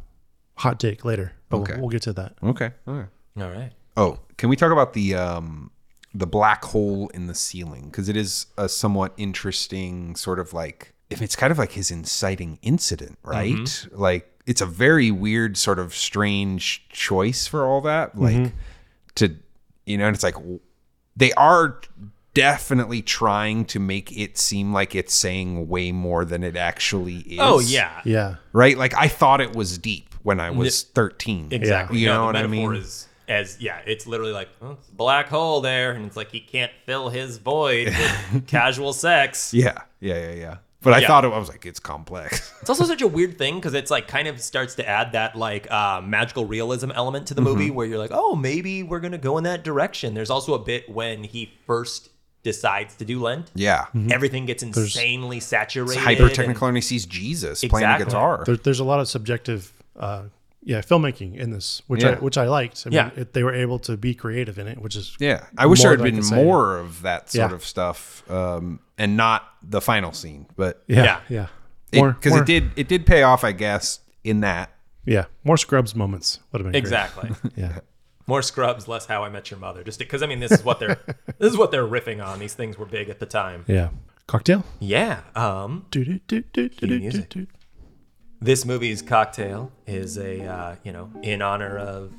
Speaker 2: hot take later, but we'll-
Speaker 3: Okay.
Speaker 2: we'll, get to that.
Speaker 3: Okay. All right.
Speaker 1: All right.
Speaker 3: Oh, can we talk about the um the black hole in the ceiling because it is a somewhat interesting sort of like if it's kind of like his inciting incident,
Speaker 1: Mm-hmm.
Speaker 3: right? Like it's a very weird sort of strange choice for all that
Speaker 1: Mm-hmm.
Speaker 3: like to you know and it's like w- they are definitely trying to make it seem like it's saying way more than it actually is.
Speaker 1: Oh yeah,
Speaker 2: Yeah.
Speaker 3: Right? Like I thought it was deep when I was 13.
Speaker 1: exactly.
Speaker 3: You
Speaker 1: No,
Speaker 3: know
Speaker 1: the
Speaker 3: what I
Speaker 1: metaphor
Speaker 3: mean?
Speaker 1: Is, as yeah, it's literally like oh, it's a black hole there, and it's like he can't fill his void with casual sex.
Speaker 3: Yeah, yeah, yeah, yeah. But I
Speaker 1: Yeah.
Speaker 3: thought it, I was like, it's complex.
Speaker 1: It's also such a weird thing because it's like kind of starts to add that like uh, magical realism element to the
Speaker 3: Mm-hmm.
Speaker 1: movie where you're like, oh, maybe we're gonna go in that direction. There's also a bit when he first decides to do Lent.
Speaker 3: Yeah,
Speaker 1: Everything gets insanely saturated.
Speaker 3: it's Mm-hmm. hyper
Speaker 1: and-
Speaker 3: technical, and he sees Jesus playing the
Speaker 1: Exactly.
Speaker 3: guitar.
Speaker 2: There, there's a lot of subjective, uh, yeah, filmmaking in this, which I
Speaker 3: Yeah.
Speaker 2: which I liked. I
Speaker 1: Yeah.
Speaker 2: mean, it, they were able to be creative in it, which is
Speaker 3: yeah, I wish
Speaker 2: more
Speaker 3: there had
Speaker 2: than I
Speaker 3: been
Speaker 2: could say.
Speaker 3: more of that sort
Speaker 2: Yeah.
Speaker 3: of stuff, um, and not the final scene, but
Speaker 2: yeah, yeah, More-
Speaker 3: because
Speaker 2: more-
Speaker 3: it did it did pay off, I guess, in that.
Speaker 2: yeah more Scrubs moments would have been great.
Speaker 1: Exactly.
Speaker 2: Yeah,
Speaker 1: More Scrubs, less How I Met Your Mother. Just because I mean, this is what they're this is what they're riffing on. These things were big at the time.
Speaker 2: yeah. Cocktail.
Speaker 1: Yeah. Um.
Speaker 2: Do, do, do, do, do, do, do,
Speaker 1: music.
Speaker 2: do.
Speaker 1: This movie's cocktail is a uh, you know in honor of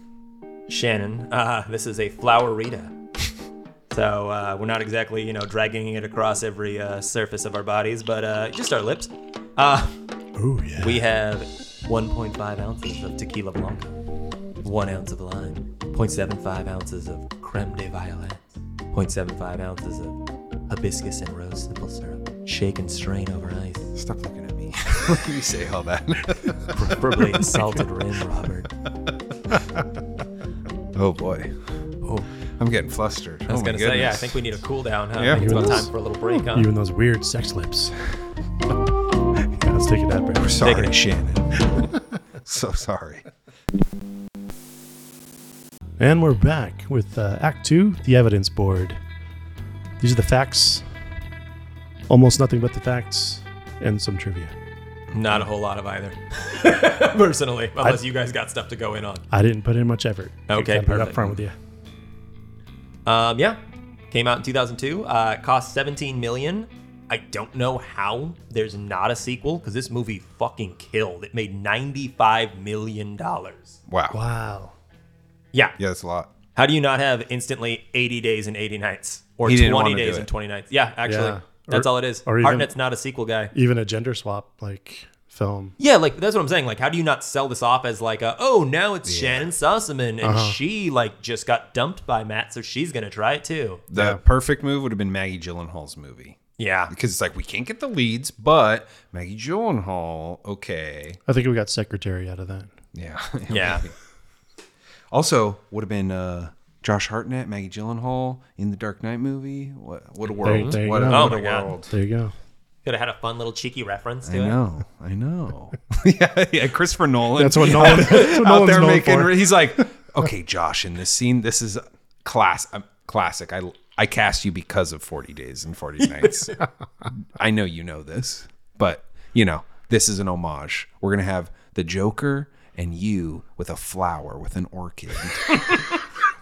Speaker 1: Shannon. Uh, this is a flowerita. So uh, we're not exactly you know dragging it across every uh, surface of our bodies, but uh, just our lips. Uh,
Speaker 2: Oh yeah.
Speaker 1: We have 1.5 ounces of tequila blanco, one ounce of lime, 0.75 ounces of creme de violette, 0.75 ounces of hibiscus and rose simple syrup. Shake and strain over ice,
Speaker 3: Stop looking at me. you say all that.
Speaker 1: preferably in salted rim, Robert.
Speaker 3: oh boy. Oh, I'm getting flustered.
Speaker 1: I was gonna say, yeah, I think we need a cool down, huh?
Speaker 3: Oh Yeah.
Speaker 1: I think it's
Speaker 3: Even
Speaker 1: about
Speaker 2: those-
Speaker 1: time for a little break, huh?
Speaker 2: Even those weird sex lips. yeah, let's take it out, Brad.
Speaker 3: sorry, Shannon. so sorry.
Speaker 2: And we're back with uh, Act Two, the evidence board. These are the facts, almost nothing but the facts, and some trivia.
Speaker 1: Not a whole lot of either, personally, unless you guys got stuff to go in on.
Speaker 2: I didn't put in much effort.
Speaker 1: Okay,
Speaker 2: Gotta be
Speaker 1: perfect.
Speaker 2: upfront with you.
Speaker 1: Um, yeah, came out in 2002. Uh, it cost 17 million. I don't know how there's not a sequel because this movie fucking killed. It made 95 million dollars.
Speaker 3: Wow.
Speaker 2: Wow.
Speaker 1: Yeah.
Speaker 3: Yeah, that's a lot.
Speaker 1: How do you not have instantly 80 days and 80 nights or
Speaker 3: He didn't
Speaker 1: 20
Speaker 3: wanna do
Speaker 1: days
Speaker 3: it.
Speaker 1: and 20 nights? Yeah, actually,
Speaker 2: Yeah.
Speaker 1: that's
Speaker 2: Or-
Speaker 1: all it is.
Speaker 2: or even-
Speaker 1: Hartnett's not a sequel guy.
Speaker 2: Even a gender swap like film.
Speaker 1: Yeah, like that's what I'm saying. Like, how do you not sell this off as like, a, oh, now it's Shannon Sossaman and
Speaker 3: Uh-huh.
Speaker 1: she like just got dumped by Matt, so she's gonna try it too.
Speaker 3: The perfect move would have been Maggie Gyllenhaal's movie.
Speaker 1: Yeah,
Speaker 3: because it's like we can't get the leads, but Maggie Gyllenhaal, okay,
Speaker 2: I think we got secretary out of that.
Speaker 3: yeah,
Speaker 1: yeah.
Speaker 3: Also, would have been uh, Josh Hartnett, Maggie Gyllenhaal in the Dark Knight movie. What, what a world!
Speaker 2: there you
Speaker 3: what a,
Speaker 2: go.
Speaker 1: Oh
Speaker 3: what a
Speaker 1: my God.
Speaker 3: world!
Speaker 2: There you go.
Speaker 1: Could have had a fun little cheeky reference to
Speaker 3: I
Speaker 1: it.
Speaker 3: know, I know. yeah, yeah, Christopher Nolan.
Speaker 2: That's what Nolan. That's what
Speaker 3: out
Speaker 2: Nolan's
Speaker 3: there
Speaker 2: known
Speaker 3: making.
Speaker 2: for.
Speaker 3: He's like, okay, Josh, in this scene, this is class, um, classic. I I cast you because of Forty Days and Forty Nights. I know you know this, but you know this is an homage. We're gonna have the Joker and you with a flower with an orchid.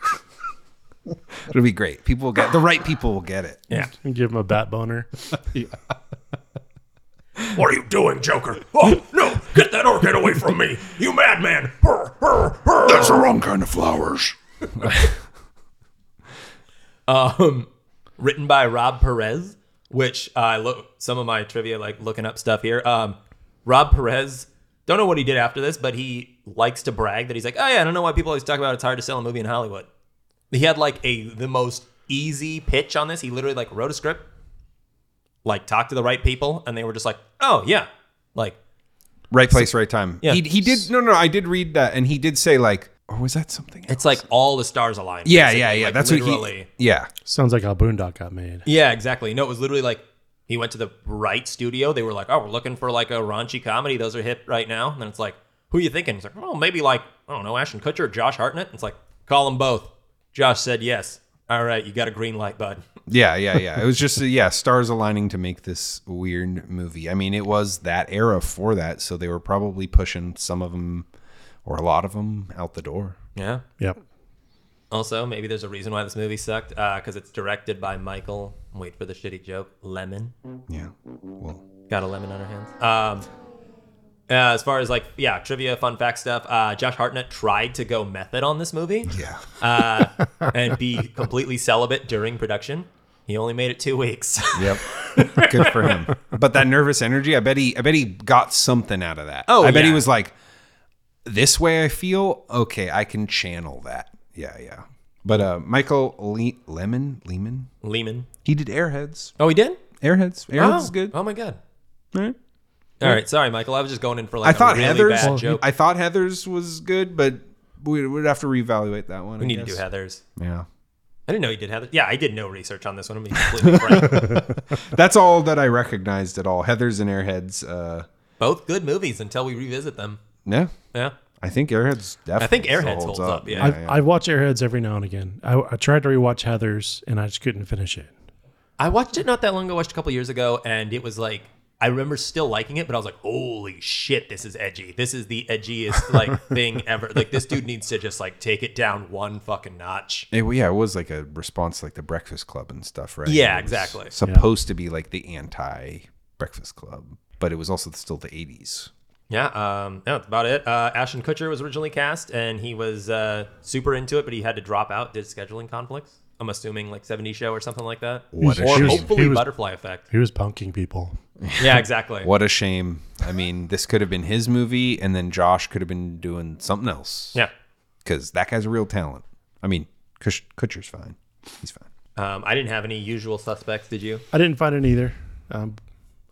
Speaker 3: It'll be great. People will get the right people will get it.
Speaker 1: Yeah.
Speaker 2: Give him a bat boner.
Speaker 1: What are you doing, Joker? Oh, no! Get that orchid away from me! You madman!
Speaker 3: That's the wrong kind of flowers.
Speaker 1: Um, written by Rob Perez, which uh, I look some of my trivia, like looking up stuff here. Um, Rob Perez, don't know what he did after this, but he likes to brag that he's like, oh yeah, I don't know why people always talk about it's hard to sell a movie in Hollywood. He had like a the most easy pitch on this. He literally like wrote a script, like talked to the right people, and they were just like, oh yeah, like
Speaker 3: Right place, right time.
Speaker 1: Yeah.
Speaker 3: He, he did. No, no, I did read that, and he did say like or was that something? Else?
Speaker 1: It's like all the stars align.
Speaker 3: yeah,
Speaker 1: basically,
Speaker 3: yeah, yeah.
Speaker 1: like,
Speaker 3: That's what
Speaker 1: literally.
Speaker 3: he. Yeah,
Speaker 2: Sounds like how Boondock got made.
Speaker 1: Yeah, exactly. No, it was literally like he went to the right studio. They were like, "Oh, we're looking for like a raunchy comedy. Those are hip right now." And then it's like, "Who are you thinking?" It's like, "Oh, maybe like I don't know, Ashton Kutcher or Josh Hartnett." It's like, "Call them both." Josh said yes. All right, you got a green light, bud.
Speaker 3: yeah, yeah, yeah. It was just uh, yeah, stars aligning to make this weird movie. I mean, it was that era for that, so they were probably pushing some of them or a lot of them out the door.
Speaker 1: Yeah.
Speaker 2: Yep.
Speaker 1: Also, maybe there's a reason why this movie sucked because it's directed by Michael. Wait for the shitty joke. Lemon.
Speaker 3: Yeah. Well,
Speaker 1: Got a lemon on her hands. Um, uh, as far as like yeah, trivia, fun fact stuff. Uh, Josh Hartnett tried to go method on this movie.
Speaker 3: yeah.
Speaker 1: uh, and be completely celibate during production. He only made it two weeks.
Speaker 3: Yep. Good for him. But that nervous energy, I bet he I bet he got something out of that.
Speaker 1: Oh,
Speaker 3: I bet he
Speaker 1: yeah.
Speaker 3: was like this way I feel, okay, I can channel that. Yeah, yeah. But uh Michael Le- Lemon, Lehman,
Speaker 1: Lehman.
Speaker 3: he did Airheads.
Speaker 1: Oh, he did.
Speaker 3: Airheads. Airheads
Speaker 1: oh.
Speaker 3: is good.
Speaker 1: Oh my god.
Speaker 3: Right.
Speaker 1: All right, sorry, Michael. I was just going in for like
Speaker 3: I thought
Speaker 1: a really
Speaker 3: Heathers
Speaker 1: bad joke.
Speaker 3: I thought Heathers was good, but we would have to reevaluate that one.
Speaker 1: we need to do Heathers.
Speaker 3: Yeah.
Speaker 1: I didn't know you did Heathers. Yeah, I did no research on this one. I'm being completely frank.
Speaker 3: That's all that I recognized at all. Heathers and Airheads. Uh
Speaker 1: Both good movies until we revisit them.
Speaker 3: no.
Speaker 1: Yeah.
Speaker 3: I think Airheads definitely
Speaker 1: I think
Speaker 3: still
Speaker 1: Airheads holds up, yeah.
Speaker 2: I've, I've watched Airheads every now and again. I, I tried to rewatch Heather's and I just couldn't finish it.
Speaker 1: I watched it not that long ago, I watched a couple years ago, and it was like I remember still liking it, but I was like, "Holy shit, this is edgy. This is the edgiest like thing ever. Like this dude needs to just like take it down one fucking notch."
Speaker 3: It, well, yeah, it was like a response, like the Breakfast Club and stuff, right?
Speaker 1: Yeah,
Speaker 3: It was
Speaker 1: exactly.
Speaker 3: Supposed to be like the anti Breakfast Club, but it was also still the '80s.
Speaker 1: Yeah, um, no, that's about it. Uh, Ashton Kutcher was originally cast, and he was uh, super into it, but he had to drop out due to scheduling conflicts. I'm assuming like 70 Show or something like that.
Speaker 3: What a
Speaker 1: or
Speaker 2: He
Speaker 3: shame!
Speaker 2: was-
Speaker 1: hopefully
Speaker 2: he was-
Speaker 1: Butterfly Effect.
Speaker 2: He was punking people.
Speaker 1: Yeah, exactly.
Speaker 3: What a shame. I mean, this could have been his movie, and then Josh could have been doing something else.
Speaker 1: Yeah.
Speaker 3: because that guy's a real talent. I mean, Kush, Kutcher's fine. He's fine.
Speaker 1: Um, I didn't have any usual suspects, did you?
Speaker 2: I didn't find it either. Um,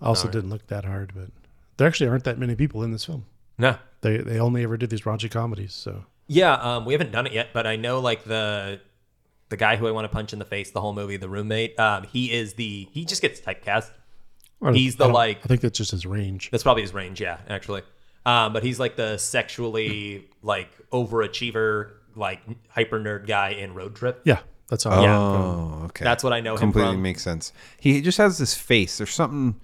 Speaker 2: I also didn't look that hard, but there actually aren't that many people in this film.
Speaker 1: No.
Speaker 2: They they only ever did these raunchy comedies. So
Speaker 1: Yeah, um, we haven't done it yet, but I know like the the guy who I want to punch in the face the whole movie, the roommate. Um, he is the he just gets typecast.
Speaker 2: I don't-
Speaker 1: He's the,
Speaker 2: I don't-
Speaker 1: like-
Speaker 2: I think that's just his range.
Speaker 1: That's probably his range, yeah, actually. Um, but he's like the sexually like overachiever, like hyper nerd guy in Road Trip.
Speaker 2: Yeah, that's all.
Speaker 1: Yeah.
Speaker 3: Oh, okay.
Speaker 1: That's what I know him
Speaker 3: Completely
Speaker 1: from.
Speaker 3: makes sense. He just has this face. There's something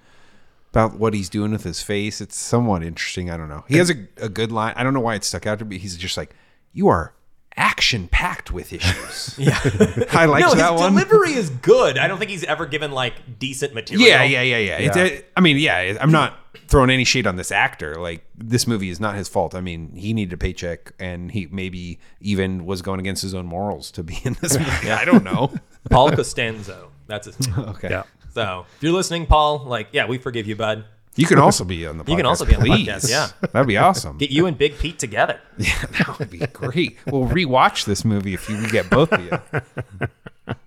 Speaker 3: about what he's doing with his face. It's somewhat interesting. I don't know. He has a, a good line. I don't know why it stuck out to me. He's just like, you are action packed with issues. yeah. I liked
Speaker 1: no,
Speaker 3: that
Speaker 1: his
Speaker 3: one.
Speaker 1: delivery is good. I don't think he's ever given like decent material.
Speaker 3: Yeah, yeah, yeah, yeah. It's, uh, I mean, yeah, I'm not throwing any shade on this actor. Like, this movie is not his fault. I mean, he needed a paycheck and he maybe even was going against his own morals to be in this movie. I don't know.
Speaker 1: Paul Costanzo. That's his name.
Speaker 3: Okay.
Speaker 2: Yeah.
Speaker 1: So if you're listening, Paul, like, yeah, we forgive you, bud.
Speaker 3: You can also be on the podcast.
Speaker 1: You can also be on the
Speaker 3: please.
Speaker 1: podcast, yeah.
Speaker 3: That'd be awesome.
Speaker 1: Get you and Big Pete together.
Speaker 3: Yeah, that would be great. We'll rewatch this movie if you we get both of you.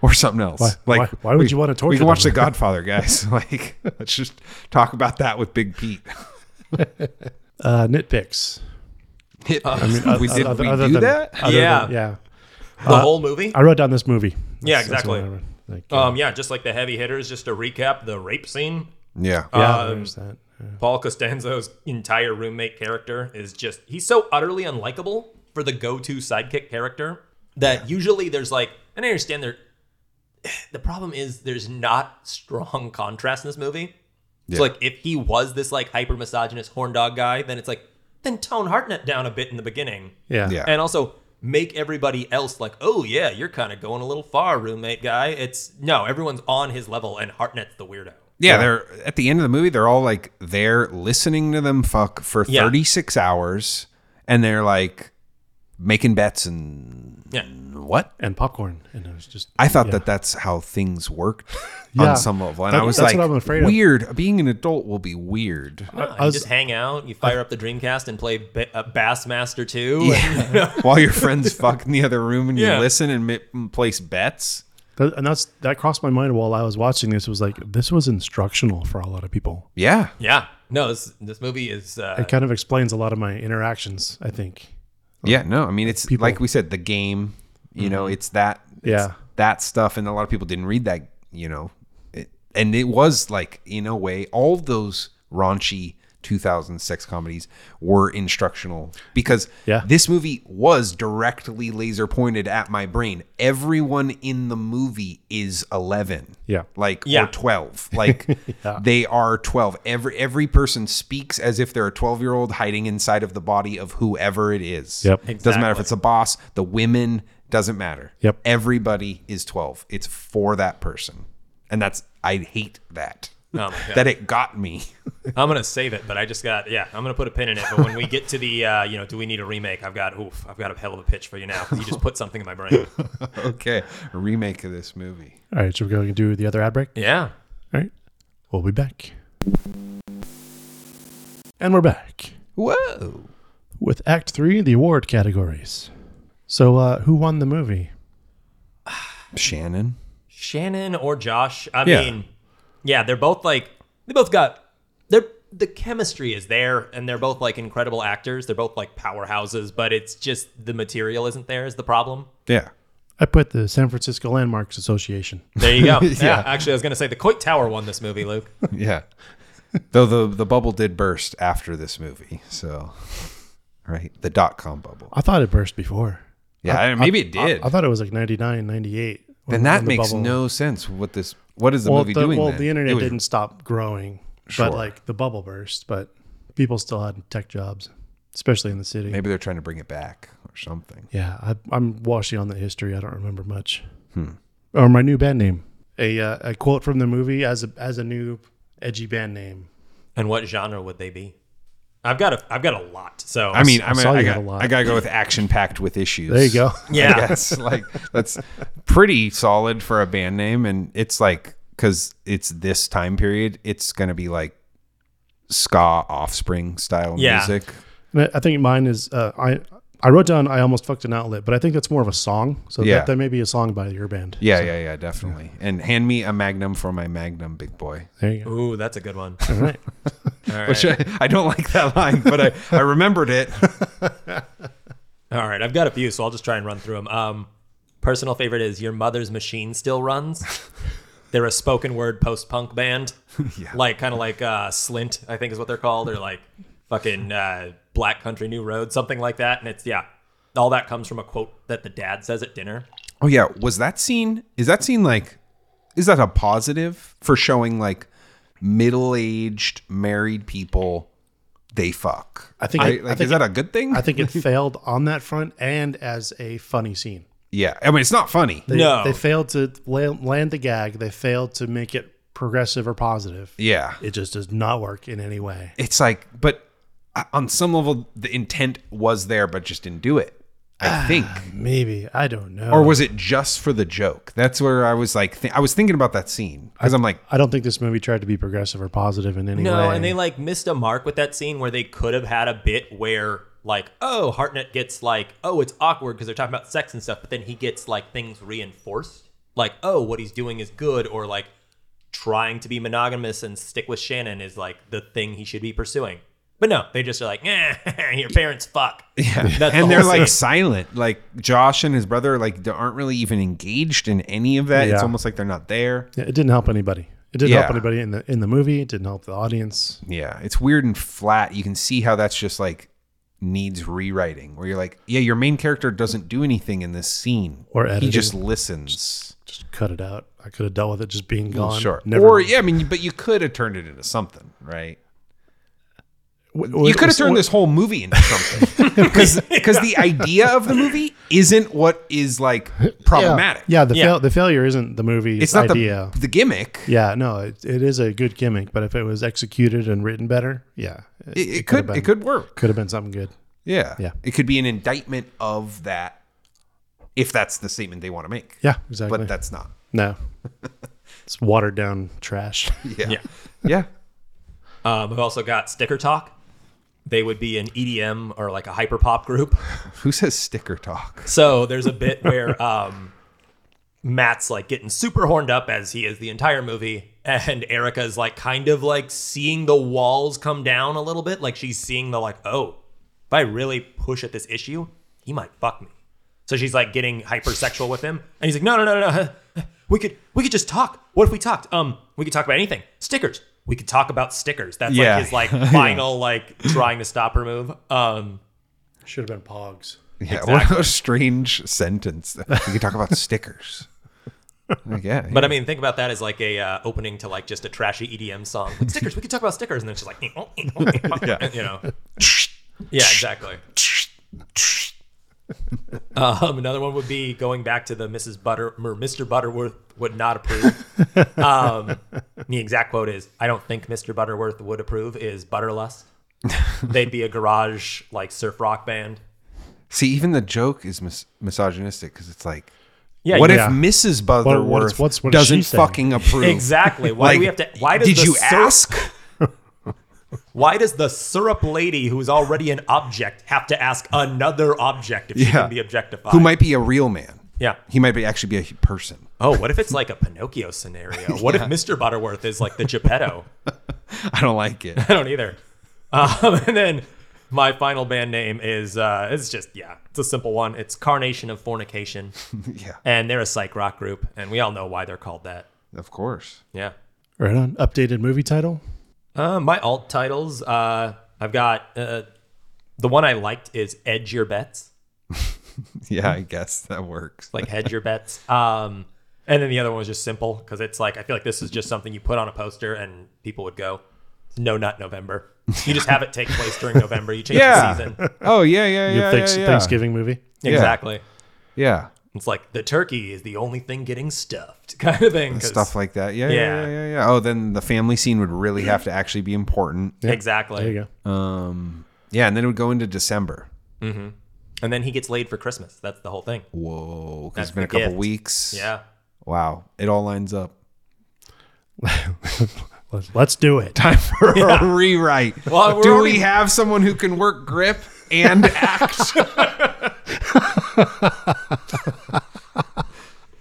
Speaker 3: Or something else.
Speaker 2: Why-
Speaker 3: like
Speaker 2: why- why would
Speaker 3: we-
Speaker 2: you wanna
Speaker 3: We
Speaker 2: torture
Speaker 3: can watch The
Speaker 2: them?
Speaker 3: Godfather, guys. Like, let's just talk about that with Big Pete.
Speaker 2: Uh, nitpicks.
Speaker 3: I mean, we did we do
Speaker 2: than-
Speaker 3: that?
Speaker 2: other
Speaker 1: Yeah.
Speaker 2: than- yeah.
Speaker 1: The
Speaker 3: Uh,
Speaker 1: whole movie.
Speaker 2: I wrote down this movie.
Speaker 1: Yeah,
Speaker 2: That's- that's
Speaker 1: exactly.
Speaker 2: what I wrote. Like, uh,
Speaker 1: Um, yeah, just like the heavy hitters. Just to recap, the rape scene.
Speaker 3: Yeah.
Speaker 2: yeah,
Speaker 1: um,
Speaker 2: there's that.
Speaker 1: Paul Costanzo's entire roommate character is just he's so utterly unlikable for the go-to sidekick character that usually there's like and I understand there the problem is there's not strong contrast in this movie. It's like if he was this like hyper misogynist horn dog guy, then it's like then tone Hartnett down a bit in the beginning.
Speaker 2: Yeah.
Speaker 3: Yeah.
Speaker 1: And also make everybody else like, oh yeah, you're kind of going a little far, roommate guy. It's no, everyone's on his level and Hartnett's the weirdo.
Speaker 3: Yeah, they're at the end of the movie, they're all like they're listening to them fuck for
Speaker 1: Yeah.
Speaker 3: 36 hours and they're like making bets and
Speaker 1: Yeah.
Speaker 3: what?
Speaker 2: And popcorn. And it was just.
Speaker 3: I thought that that's how things worked
Speaker 2: Yeah.
Speaker 3: on some level, and
Speaker 2: That-
Speaker 3: I was
Speaker 2: that's
Speaker 3: like,
Speaker 2: what I'm afraid of.
Speaker 3: "Weird, being an adult will be weird."
Speaker 1: Yeah,
Speaker 2: I
Speaker 1: you
Speaker 2: was-
Speaker 1: just hang out. You fire up the Dreamcast and play ba- uh, Bassmaster 2. and-
Speaker 3: While your friends fuck in the other room and you
Speaker 1: Yeah.
Speaker 3: listen and mi- place bets,
Speaker 2: That, and that's that crossed my mind while I was watching this. Was like this was instructional for a lot of people.
Speaker 3: yeah,
Speaker 1: yeah. No, this, this movie is. Uh,
Speaker 2: It kind of explains a lot of my interactions. I think.
Speaker 3: Yeah, no, I mean it's
Speaker 2: people. Mm-hmm.
Speaker 3: like we said, the game. You know, it's that. it's
Speaker 2: Yeah.
Speaker 3: that stuff, and a lot of people didn't read that. You know, it, and it was like in a way, all those raunchy 2006 comedies were instructional because
Speaker 2: Yeah.
Speaker 3: this movie was directly laser pointed at my brain. Everyone in the movie is 11
Speaker 2: Yeah.
Speaker 3: like
Speaker 1: Yeah.
Speaker 3: or 12 like they are 12 every every person speaks as if they're a 12 year old hiding inside of the body of whoever it is
Speaker 2: Yep.
Speaker 3: doesn't matter if it's the boss the women doesn't matter
Speaker 2: Yep.
Speaker 3: everybody is 12 it's for that person and that's i hate that
Speaker 1: Oh my God.
Speaker 3: that it got me
Speaker 1: I'm gonna save it, but I just got yeah. I'm gonna put a pin in it. But when we get to the uh, you know, do we need a remake? I've got oof, I've got a hell of a pitch for you now. 'cause You just put something in my brain.
Speaker 3: okay a remake of this movie
Speaker 2: All right, so we're going to do the other ad break.
Speaker 1: Yeah.
Speaker 2: All right, we'll be back. And we're back
Speaker 3: whoa
Speaker 2: with Act Three, the award categories. So, uh, who won the movie?
Speaker 3: shannon
Speaker 1: Shannon or Josh. I
Speaker 3: Yeah.
Speaker 1: mean, yeah, they're both like they both got they're the chemistry is there and they're both like incredible actors. They're both like powerhouses, but it's just the material isn't there is the problem.
Speaker 3: yeah
Speaker 2: I put the San Francisco Landmarks Association.
Speaker 1: There you go. yeah.
Speaker 3: Yeah.
Speaker 1: Actually I was gonna say the Coit Tower won this movie, Luke.
Speaker 3: yeah though the the bubble did burst after this movie so right the dot-com bubble
Speaker 2: I thought it burst before.
Speaker 3: Yeah, I, maybe it did.
Speaker 2: I thought it was like 99, 98. when-
Speaker 3: then that
Speaker 2: when the
Speaker 3: makes
Speaker 2: bubble-
Speaker 3: no sense. What this? What is the
Speaker 2: well,
Speaker 3: movie
Speaker 2: the,
Speaker 3: doing?
Speaker 2: well
Speaker 3: then?
Speaker 2: the internet
Speaker 3: It was-
Speaker 2: didn't stop growing,
Speaker 3: Sure.
Speaker 2: but like the bubble burst, but people still had tech jobs, especially in the city.
Speaker 3: Maybe they're trying to bring it back or something.
Speaker 2: Yeah, I, I'm washing on the history. I don't remember much.
Speaker 3: Hmm.
Speaker 2: Or my new band name. A, uh, a quote from the movie as a as a new edgy band name.
Speaker 1: And what genre would they be? I've got a I've got a lot. So
Speaker 3: I mean,
Speaker 2: I
Speaker 3: I, mean,
Speaker 2: saw
Speaker 3: I,
Speaker 2: you had
Speaker 3: got,
Speaker 2: a lot.
Speaker 3: I gotta go with action packed with issues.
Speaker 2: There you go.
Speaker 1: Yeah.
Speaker 3: that's like that's pretty solid for a band name, and it's like because it's this time period, it's gonna be like ska offspring style
Speaker 1: Yeah.
Speaker 3: music.
Speaker 2: And I, I think mine is uh, I I wrote down I almost fucked an outlet, but I think that's more of a song. So
Speaker 3: Yeah.
Speaker 2: that, that may be a song by your band.
Speaker 3: Yeah, yeah, yeah, definitely. And hand me a magnum for my magnum, big boy.
Speaker 2: There you go.
Speaker 1: Ooh, that's a good one.
Speaker 2: All right.
Speaker 3: Which I, I don't like that line, but I, I remembered it.
Speaker 1: All right, I've got a few, so I'll just try and run through them. Um, personal favorite is Your Mother's Machine Still Runs. they're a spoken word post punk band, like kind of like uh, Slint, I think is what they're called, or like fucking uh, Black Country New Road, something like that. And it's yeah, all that comes from a quote that the dad says at dinner.
Speaker 3: Oh yeah, was that scene? Is that scene like? Is that a positive for showing like middle-aged married people they fuck?
Speaker 2: I think
Speaker 3: Right?
Speaker 2: it- I
Speaker 3: like
Speaker 2: think
Speaker 3: is that a good thing?
Speaker 2: I think it failed on that front and as a funny scene.
Speaker 3: yeah. I mean, it's not funny.
Speaker 2: They,
Speaker 1: No.
Speaker 2: they failed to la- land the gag. They failed to make it progressive or positive.
Speaker 3: yeah,
Speaker 2: It just does not work in any way.
Speaker 3: it's like, but uh, on some level, the intent was there, but just didn't do it.
Speaker 2: Ah,
Speaker 3: I think.
Speaker 2: Maybe I don't know.
Speaker 3: Or was it just for the joke? That's where I was like, th- I was thinking about that scene because I'm like,
Speaker 2: I don't think this movie tried to be progressive or positive in any
Speaker 1: No,
Speaker 2: way.
Speaker 1: and they like missed a mark with that scene where they could have had a bit where like, oh, Hartnett gets like, oh, it's awkward because they're talking about sex and stuff, but then he gets like things reinforced, like, oh, what he's doing is good, or like trying to be monogamous and stick with Shannon is like the thing he should be pursuing. But no, they just are like, eh, your parents fuck. Yeah, That's
Speaker 3: and
Speaker 1: the
Speaker 3: they're
Speaker 1: whole
Speaker 3: like
Speaker 1: scene.
Speaker 3: silent. Like Josh and his brother, like they aren't really even engaged in any of that. It's
Speaker 2: Yeah.
Speaker 3: almost like they're not there.
Speaker 2: Yeah, it didn't help anybody. It didn't help
Speaker 3: Yeah.
Speaker 2: anybody in the in the movie. It didn't help the audience.
Speaker 3: Yeah, it's weird and flat. You can see how that's just like needs rewriting. Where you're like, yeah, your main character doesn't do anything in this scene,
Speaker 2: Or
Speaker 3: he
Speaker 2: editing.
Speaker 3: just listens.
Speaker 2: Just cut it out. I could have dealt with it just being gone.
Speaker 3: Sure.
Speaker 2: Never.
Speaker 3: Or yeah, I mean, but you could have turned it into something, right?
Speaker 2: W-
Speaker 3: You
Speaker 2: w-
Speaker 3: could have turned
Speaker 2: w-
Speaker 3: this whole movie into something because the idea of the movie isn't what is like problematic.
Speaker 2: Yeah, the
Speaker 1: Yeah.
Speaker 2: Fail, the failure isn't the movie's
Speaker 3: it's not
Speaker 2: idea.
Speaker 3: the the gimmick.
Speaker 2: yeah, no, it, it is a good gimmick, but if it was executed and written better, yeah,
Speaker 3: It, it, could it could work.
Speaker 2: could have been something good.
Speaker 3: Yeah.
Speaker 2: Yeah.
Speaker 3: It could be an indictment of that if that's the statement they want to make.
Speaker 2: Yeah, exactly.
Speaker 3: But that's not.
Speaker 2: no, it's watered down trash.
Speaker 3: Yeah.
Speaker 1: Yeah.
Speaker 3: Yeah.
Speaker 1: Um, we've also got sticker talk. They would be an EDM or like a hyper pop group.
Speaker 3: Who says sticker talk?
Speaker 1: So there's a bit where um, Matt's like getting super horned up as he is the entire movie, and Erica's like kind of like seeing the walls come down a little bit, like she's seeing the like, oh, if I really push at this issue, he might fuck me. So she's like getting hypersexual with him, and he's like, no, no, no, no, no. We could we could just talk. What if we talked? Um, we could talk about anything. Stickers. We could talk about stickers. That's
Speaker 3: Yeah.
Speaker 1: like his like final like trying to stop her move. Um,
Speaker 2: Should have been Pogs.
Speaker 3: Yeah, what a strange sentence. We could talk about stickers. Like, yeah,
Speaker 1: but I mean, think about that as like a uh, opening to like just a trashy EDM song. Like, stickers. We could talk about stickers, and then she's like, eh, oh, eh, oh, eh, oh, eh, you know, yeah, exactly. Um, another one would be going back to the Mrs. Butter or Mr. Butterworth would not approve. Um, the exact quote is, "I don't think Mr. Butterworth would approve." Is Butterlust? They'd be a garage like surf rock band.
Speaker 3: see, even the joke is mis- misogynistic because it's like,
Speaker 1: Yeah,
Speaker 3: what
Speaker 2: yeah.
Speaker 3: if Mrs. Butterworth
Speaker 2: what's- what's- what is she
Speaker 3: doesn't
Speaker 2: saying?
Speaker 3: fucking approve?
Speaker 1: Exactly. Why do we have to? Why does
Speaker 3: did
Speaker 1: the
Speaker 3: you
Speaker 1: syrup-
Speaker 3: ask?
Speaker 1: Why does the syrup lady, who's already an object, have to ask another object if she
Speaker 3: Yeah.
Speaker 1: can be objectified?
Speaker 3: Who might be a real man?
Speaker 1: Yeah.
Speaker 3: he might be actually be a person.
Speaker 1: Oh, what if it's like a Pinocchio scenario? What if Mr. Butterworth is like the Geppetto?
Speaker 3: I don't like it.
Speaker 1: I don't either. Um, and then my final band name is uh, it's just yeah, it's a simple one. It's Carnation of Fornication,
Speaker 3: yeah,
Speaker 1: and they're a psych rock group, and we all know why they're called that.
Speaker 3: of course.
Speaker 1: Yeah.
Speaker 2: Right on. Updated movie title.
Speaker 1: Uh, my alt titles, uh, I've got uh, the one I liked is Edge Your Bets.
Speaker 3: Yeah, I guess that works.
Speaker 1: like hedge your bets. Um, and then the other one was just simple because it's like I feel like this is just something you put on a poster and people would go, "No, not November." You just have it take place during November. You change
Speaker 3: Yeah.
Speaker 1: the season
Speaker 3: Oh yeah, yeah,
Speaker 2: Your
Speaker 3: yeah,
Speaker 2: thanks-
Speaker 3: yeah, yeah.
Speaker 2: Thanksgiving movie.
Speaker 1: exactly.
Speaker 3: Yeah,
Speaker 1: It's like the turkey is the only thing getting stuffed, kind of thing. 'cause-
Speaker 3: stuff like that. Yeah, yeah, yeah,
Speaker 1: Yeah.
Speaker 3: yeah, yeah, Oh, then the family scene would really have to actually be important.
Speaker 1: exactly.
Speaker 2: There you go.
Speaker 3: Um, yeah, and then it would go into December.
Speaker 1: And then he gets laid for Christmas. That's the whole thing.
Speaker 3: Whoa, 'cause
Speaker 1: That's
Speaker 3: it's been
Speaker 1: the
Speaker 3: a couple
Speaker 1: gift.
Speaker 3: weeks.
Speaker 1: Yeah.
Speaker 3: Wow, it all lines up.
Speaker 2: Let's, let's do it.
Speaker 3: Time for a rewrite.
Speaker 1: Well, we're
Speaker 3: Do
Speaker 1: already-
Speaker 3: we have someone who can work grip and act?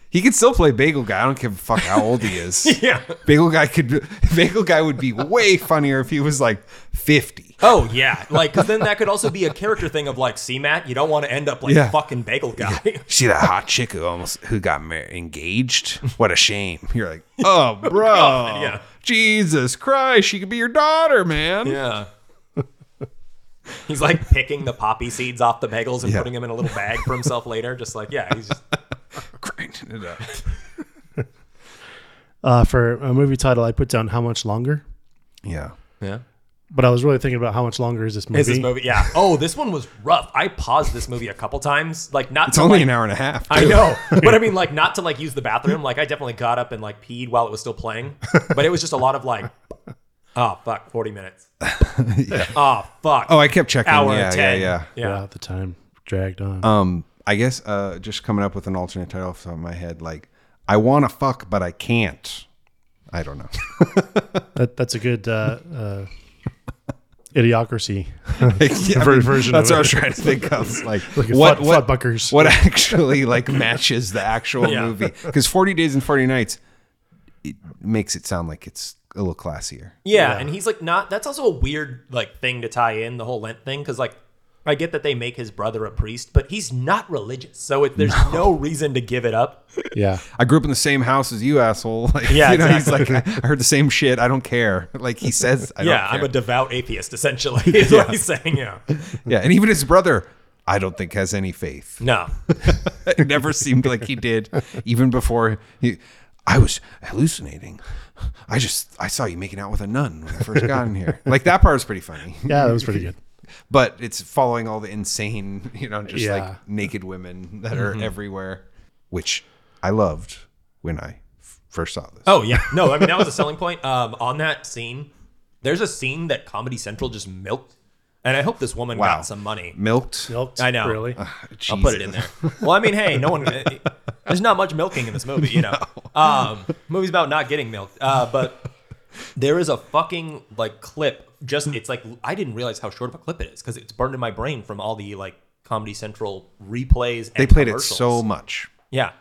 Speaker 3: he could still play Bagel Guy. I don't give a fuck how old he is.
Speaker 1: Yeah.
Speaker 3: Bagel Guy could. Bagel Guy would be way funnier if he was like fifty.
Speaker 1: Oh yeah. Like 'cause then that could also be a character thing of like, see, Matt, you don't want to end up like
Speaker 3: Yeah.
Speaker 1: fucking bagel guy.
Speaker 3: See that hot chick who almost who got mar- engaged? What a shame. You're like, oh, bro,
Speaker 1: yeah.
Speaker 3: Jesus Christ, she could be your daughter, man.
Speaker 1: Yeah. he's like picking the poppy seeds off the bagels and
Speaker 3: Yeah.
Speaker 1: putting them in a little bag for himself later. Just like, yeah, he's just,
Speaker 3: Grinding it up.
Speaker 2: Uh, for a movie title, I put down how much longer,
Speaker 3: Yeah.
Speaker 1: yeah.
Speaker 2: but I was really thinking about how much longer is this movie?
Speaker 1: Is this movie? Yeah. Oh, this one was rough. I paused this movie a couple times. Like, not
Speaker 3: It's only
Speaker 1: like,
Speaker 3: an hour and a half.
Speaker 1: I
Speaker 3: too.
Speaker 1: know, but I mean, like, not to like use the bathroom. Like, I definitely got up and like peed while it was still playing, but it was just a lot of like, oh fuck, forty minutes. Oh fuck.
Speaker 3: Oh, I kept checking.
Speaker 1: hour
Speaker 3: yeah,
Speaker 1: and ten.
Speaker 3: yeah,
Speaker 1: yeah.
Speaker 2: Yeah, the time dragged on.
Speaker 3: yeah. Um, I guess uh, just coming up with an alternate title off the top of my head, like I want to fuck, but I can't. I don't know.
Speaker 2: that, that's a good uh, uh, idiocracy.
Speaker 3: yeah,
Speaker 2: ver- version
Speaker 3: That's
Speaker 2: of
Speaker 3: what I was
Speaker 2: it.
Speaker 3: trying to think of. Like
Speaker 2: at
Speaker 3: what
Speaker 2: Fud-
Speaker 3: what
Speaker 2: Fudbuckers.
Speaker 3: what actually like matches the actual
Speaker 1: Yeah.
Speaker 3: movie? Because Forty Days and Forty Nights it makes it sound like it's a little classier.
Speaker 1: Yeah, and he's like not. That's also a weird like thing to tie in the whole Lent thing because like I get that they make his brother a priest, but he's not religious, so it, there's no. reason to give it up.
Speaker 2: Yeah,
Speaker 3: I grew up in the same house as you, asshole. Like,
Speaker 1: Yeah,
Speaker 3: you know, he's
Speaker 1: exactly.
Speaker 3: like, I, I heard the same shit. I don't care. Like he says, I
Speaker 1: yeah,
Speaker 3: don't care.
Speaker 1: I'm a devout atheist essentially. Is what he's saying. Yeah,
Speaker 3: yeah, and even his brother, I don't think has any faith.
Speaker 1: no,
Speaker 3: it never seemed like he did even before he i was hallucinating i just i saw you making out with a nun when i first got in here like that part was pretty funny
Speaker 2: yeah, that was pretty good.
Speaker 3: but it's following all the insane you know just
Speaker 2: Yeah.
Speaker 3: like naked women that
Speaker 1: Mm-hmm.
Speaker 3: are everywhere which i loved when i f- first saw this
Speaker 1: oh yeah, no. I mean that was a selling point. Um, on that scene, there's a scene that Comedy Central just milked, and I hope this woman got some money.
Speaker 3: milked
Speaker 2: Milked,
Speaker 1: I know.
Speaker 2: Really?
Speaker 1: I'll put it in there. Well, I mean, hey, no one. eh, There's not much milking in this movie, you know. Um, movie's about not getting milked, uh, but there is a fucking like clip. Just it's like I didn't realize how short of a clip it is because it's burned in my brain from all the like Comedy Central replays. And
Speaker 3: they played it so
Speaker 1: commercials.
Speaker 3: much
Speaker 1: Yeah.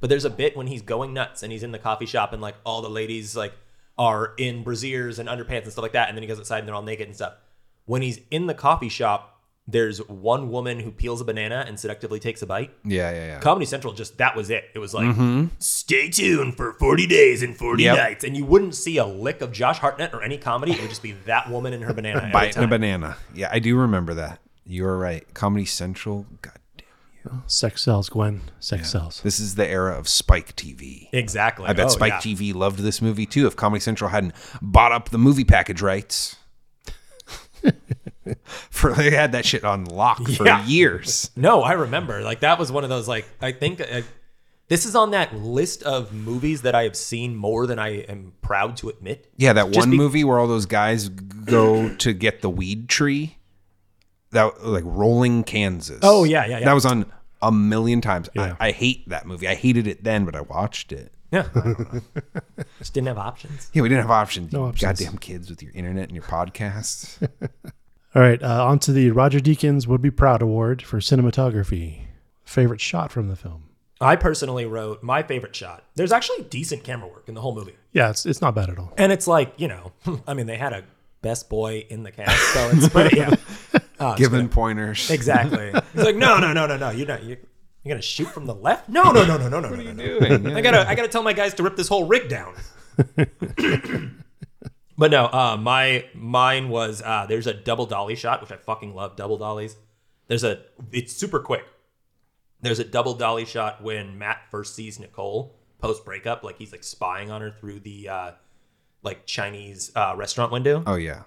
Speaker 1: But there's a bit when he's going nuts and he's in the coffee shop and like all the ladies like are in brasiers and underpants and stuff like that. And then he goes outside and they're all naked and stuff. When he's in the coffee shop, There's one woman who peels a banana and seductively takes a bite.
Speaker 3: Yeah, yeah, yeah.
Speaker 1: Comedy Central just that was it. It was like stay tuned for 40 days and 40
Speaker 3: Mm-hmm. Yep.
Speaker 1: nights and you wouldn't see a lick of Josh Hartnett or any comedy. It would just be that woman and her banana. every
Speaker 3: Biting a
Speaker 1: time.
Speaker 3: banana. Yeah, I do remember that. You are right. Comedy Central. God damn.
Speaker 2: Sex sells, Gwen. Sex sells.
Speaker 3: This is the era of Spike TV.
Speaker 1: Exactly.
Speaker 3: I bet
Speaker 1: Oh,
Speaker 3: Uh, Spike
Speaker 1: yeah.
Speaker 3: TV loved this movie too. If Comedy Central hadn't bought up the movie package rights, for they had that shit on lock for
Speaker 1: Yeah.
Speaker 3: years.
Speaker 1: No, I remember. Like that was one of those. Like I think I, this is on that list of movies that I have seen more than I am proud to admit.
Speaker 3: Yeah, that
Speaker 1: Just
Speaker 3: one
Speaker 1: be-
Speaker 3: movie where all those guys go to get the weed tree. That like Rolling Kansas.
Speaker 1: Oh, yeah, yeah, yeah.
Speaker 3: That was on a million times.
Speaker 2: Yeah.
Speaker 3: I, I hate that movie. I hated it then, but I watched it.
Speaker 1: Yeah. Just didn't have options.
Speaker 3: Yeah, we didn't have options.
Speaker 2: No
Speaker 3: you
Speaker 2: options.
Speaker 3: Goddamn kids with your internet and your podcasts.
Speaker 2: All right, uh, on to the Roger Deakins Would Be Proud Award for cinematography. Favorite shot from the film?
Speaker 1: I personally wrote my favorite shot. There's actually decent camera work in the whole movie.
Speaker 2: Yeah, it's, it's not bad at all.
Speaker 1: And it's like, you know, I mean, they had a best boy in the cast, so it's pretty, yeah. Ah,
Speaker 3: Giving pointers.
Speaker 1: Exactly. He's like, no, no, no, no, no. You're not. You're, you're gonna shoot from the left? No, no, no, no, no, no, no, no. I gotta, I gotta tell my guys to rip this whole rig down. but no, uh, my mine was uh, there's a double dolly shot, which I fucking love double dollies. There's a, it's super quick. There's a double dolly shot when Matt first sees Nicole post breakup, like he's like spying on her through the uh, like Chinese uh, restaurant window.
Speaker 3: Oh yeah.